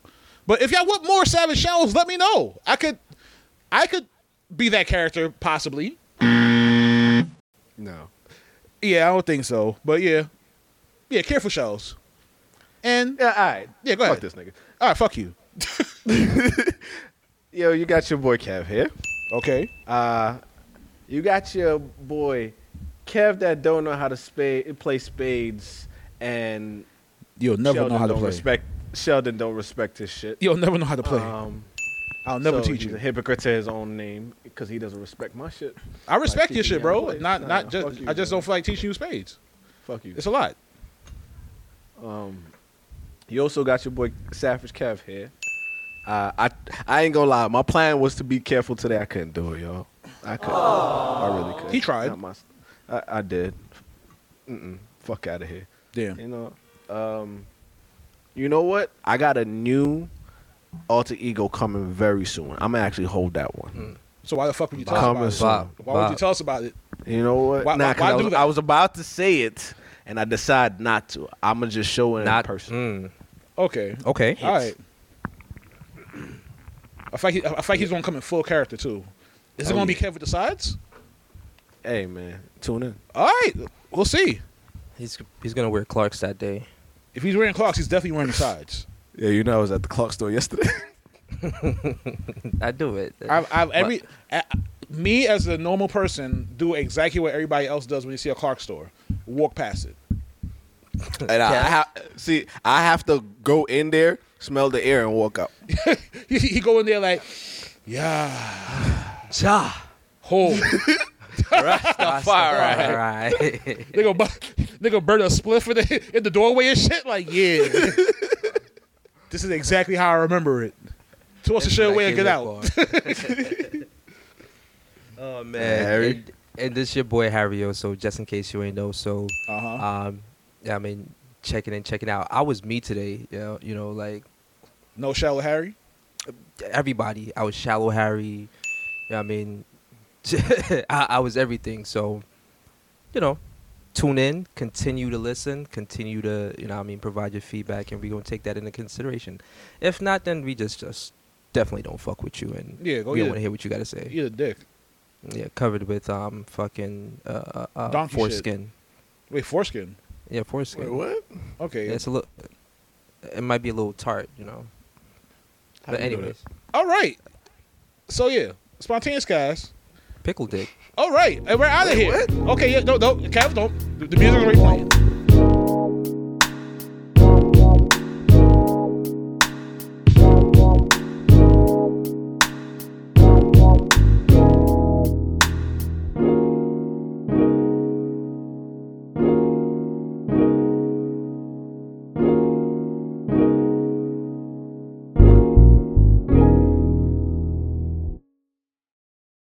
S2: But if y'all want more savage shells, let me know. I could, I could be that character possibly.
S1: No.
S2: Yeah, I don't think so. But yeah, yeah, careful shells. And
S1: Yeah, all right.
S2: yeah, go
S1: Fuck
S2: ahead.
S1: this nigga.
S2: All right, fuck you.
S1: Yo, you got your boy Kev here.
S2: Okay.
S1: Uh, you got your boy Kev that don't know how to spade, play spades, and
S2: You'll never
S1: Sheldon
S2: know how to
S1: don't
S2: play.
S1: respect. Sheldon don't respect his shit.
S2: You'll never know how to play.
S1: Um,
S2: I'll never
S1: so
S2: teach
S1: He's a
S2: you.
S1: hypocrite to his own name because he doesn't respect my shit.
S2: I respect
S1: like,
S2: your
S1: teach
S2: shit,
S1: me
S2: bro.
S1: how to play.
S2: Not
S1: Nah,
S2: not
S1: nah,
S2: just.
S1: fuck you,
S2: I just
S1: bro.
S2: don't feel like teaching you spades.
S1: Fuck you.
S2: It's a lot.
S1: Um, you also got your boy Savage Kev here. Uh, I I ain't gonna lie. My plan was to be careful today. I couldn't do it, y'all. I couldn't. I really couldn't.
S2: He tried.
S1: Not my, I, I did. Mm-mm, fuck out of here.
S2: Damn.
S1: You know. Um, you know what? I got a new alter ego coming very soon. I'm gonna actually hold that one.
S2: So why the fuck would you tell us
S1: Coming
S2: about it?
S1: soon.
S2: Why would you tell us about it?
S1: You know what?
S2: Why- why-
S1: 'cause
S2: why
S1: I,
S2: do
S1: was,
S2: that?
S1: I was about to say it, and I decided not to. I'm gonna just show it in
S3: not
S1: person.
S2: hmm.
S3: mm,
S2: Okay.
S3: okay.
S2: All right. I think he, I think he's gonna come in full character too. Is it
S1: Oh,
S2: gonna be
S1: yeah.
S2: Kev with the sides?
S1: Hey man, tune in.
S2: All right, we'll see.
S3: He's he's gonna wear Clark's that day.
S2: If he's wearing clocks, he's definitely wearing the sides.
S1: Yeah, you know I was at the clock store (laughs) yesterday.
S3: I do it.
S2: I've, I've every I, I- me as a normal person do exactly what everybody else does when you see a Clark store. Walk past it. (laughs)
S1: and I, ha- see, I have to go in there, smell the air, and walk out.
S2: He, he go in there like, yeah,
S3: Ja.
S2: (laughs) hold.
S3: Rastafari.
S2: nigga, bu- (laughs) nigga burn a spliff in the, (laughs) in the doorway and shit. Like, yeah. (laughs) this is exactly how I remember it. Toss the shit away and get out. (laughs)
S3: (laughs) oh
S1: man.
S3: man,
S1: Harry.
S3: And, and this your boy Harry. O, So just in case you ain't know, so
S2: Uh-huh.
S3: um, yeah, I mean, checking in, checking out. I was me today. You know, you know, like
S2: No shallow Harry.
S3: everybody. I was shallow Harry. You (laughs) know what I mean, I, I was everything. So, you know, tune in, continue to listen, continue to you know what I mean provide your feedback, and we're gonna take that into consideration. If not, then we just just definitely don't fuck with you, and
S2: Yeah, go
S3: we don't
S2: either.
S3: want to hear what you gotta say.
S2: You're a dick.
S3: Yeah, covered with um fucking uh, uh, uh
S2: Donkey shit.
S3: foreskin.
S2: Wait, foreskin.
S3: Yeah, foreskin.
S4: what?
S2: Okay.
S3: Yeah, it's a little. It might be a little tart, you know.
S2: How
S3: but
S2: do you know
S3: anyways,
S2: All right. So yeah, spontaneous guys.
S3: pickle dick.
S2: All right, and we're out of here. Okay, yeah, no, no, Kev, don't. The music already playing.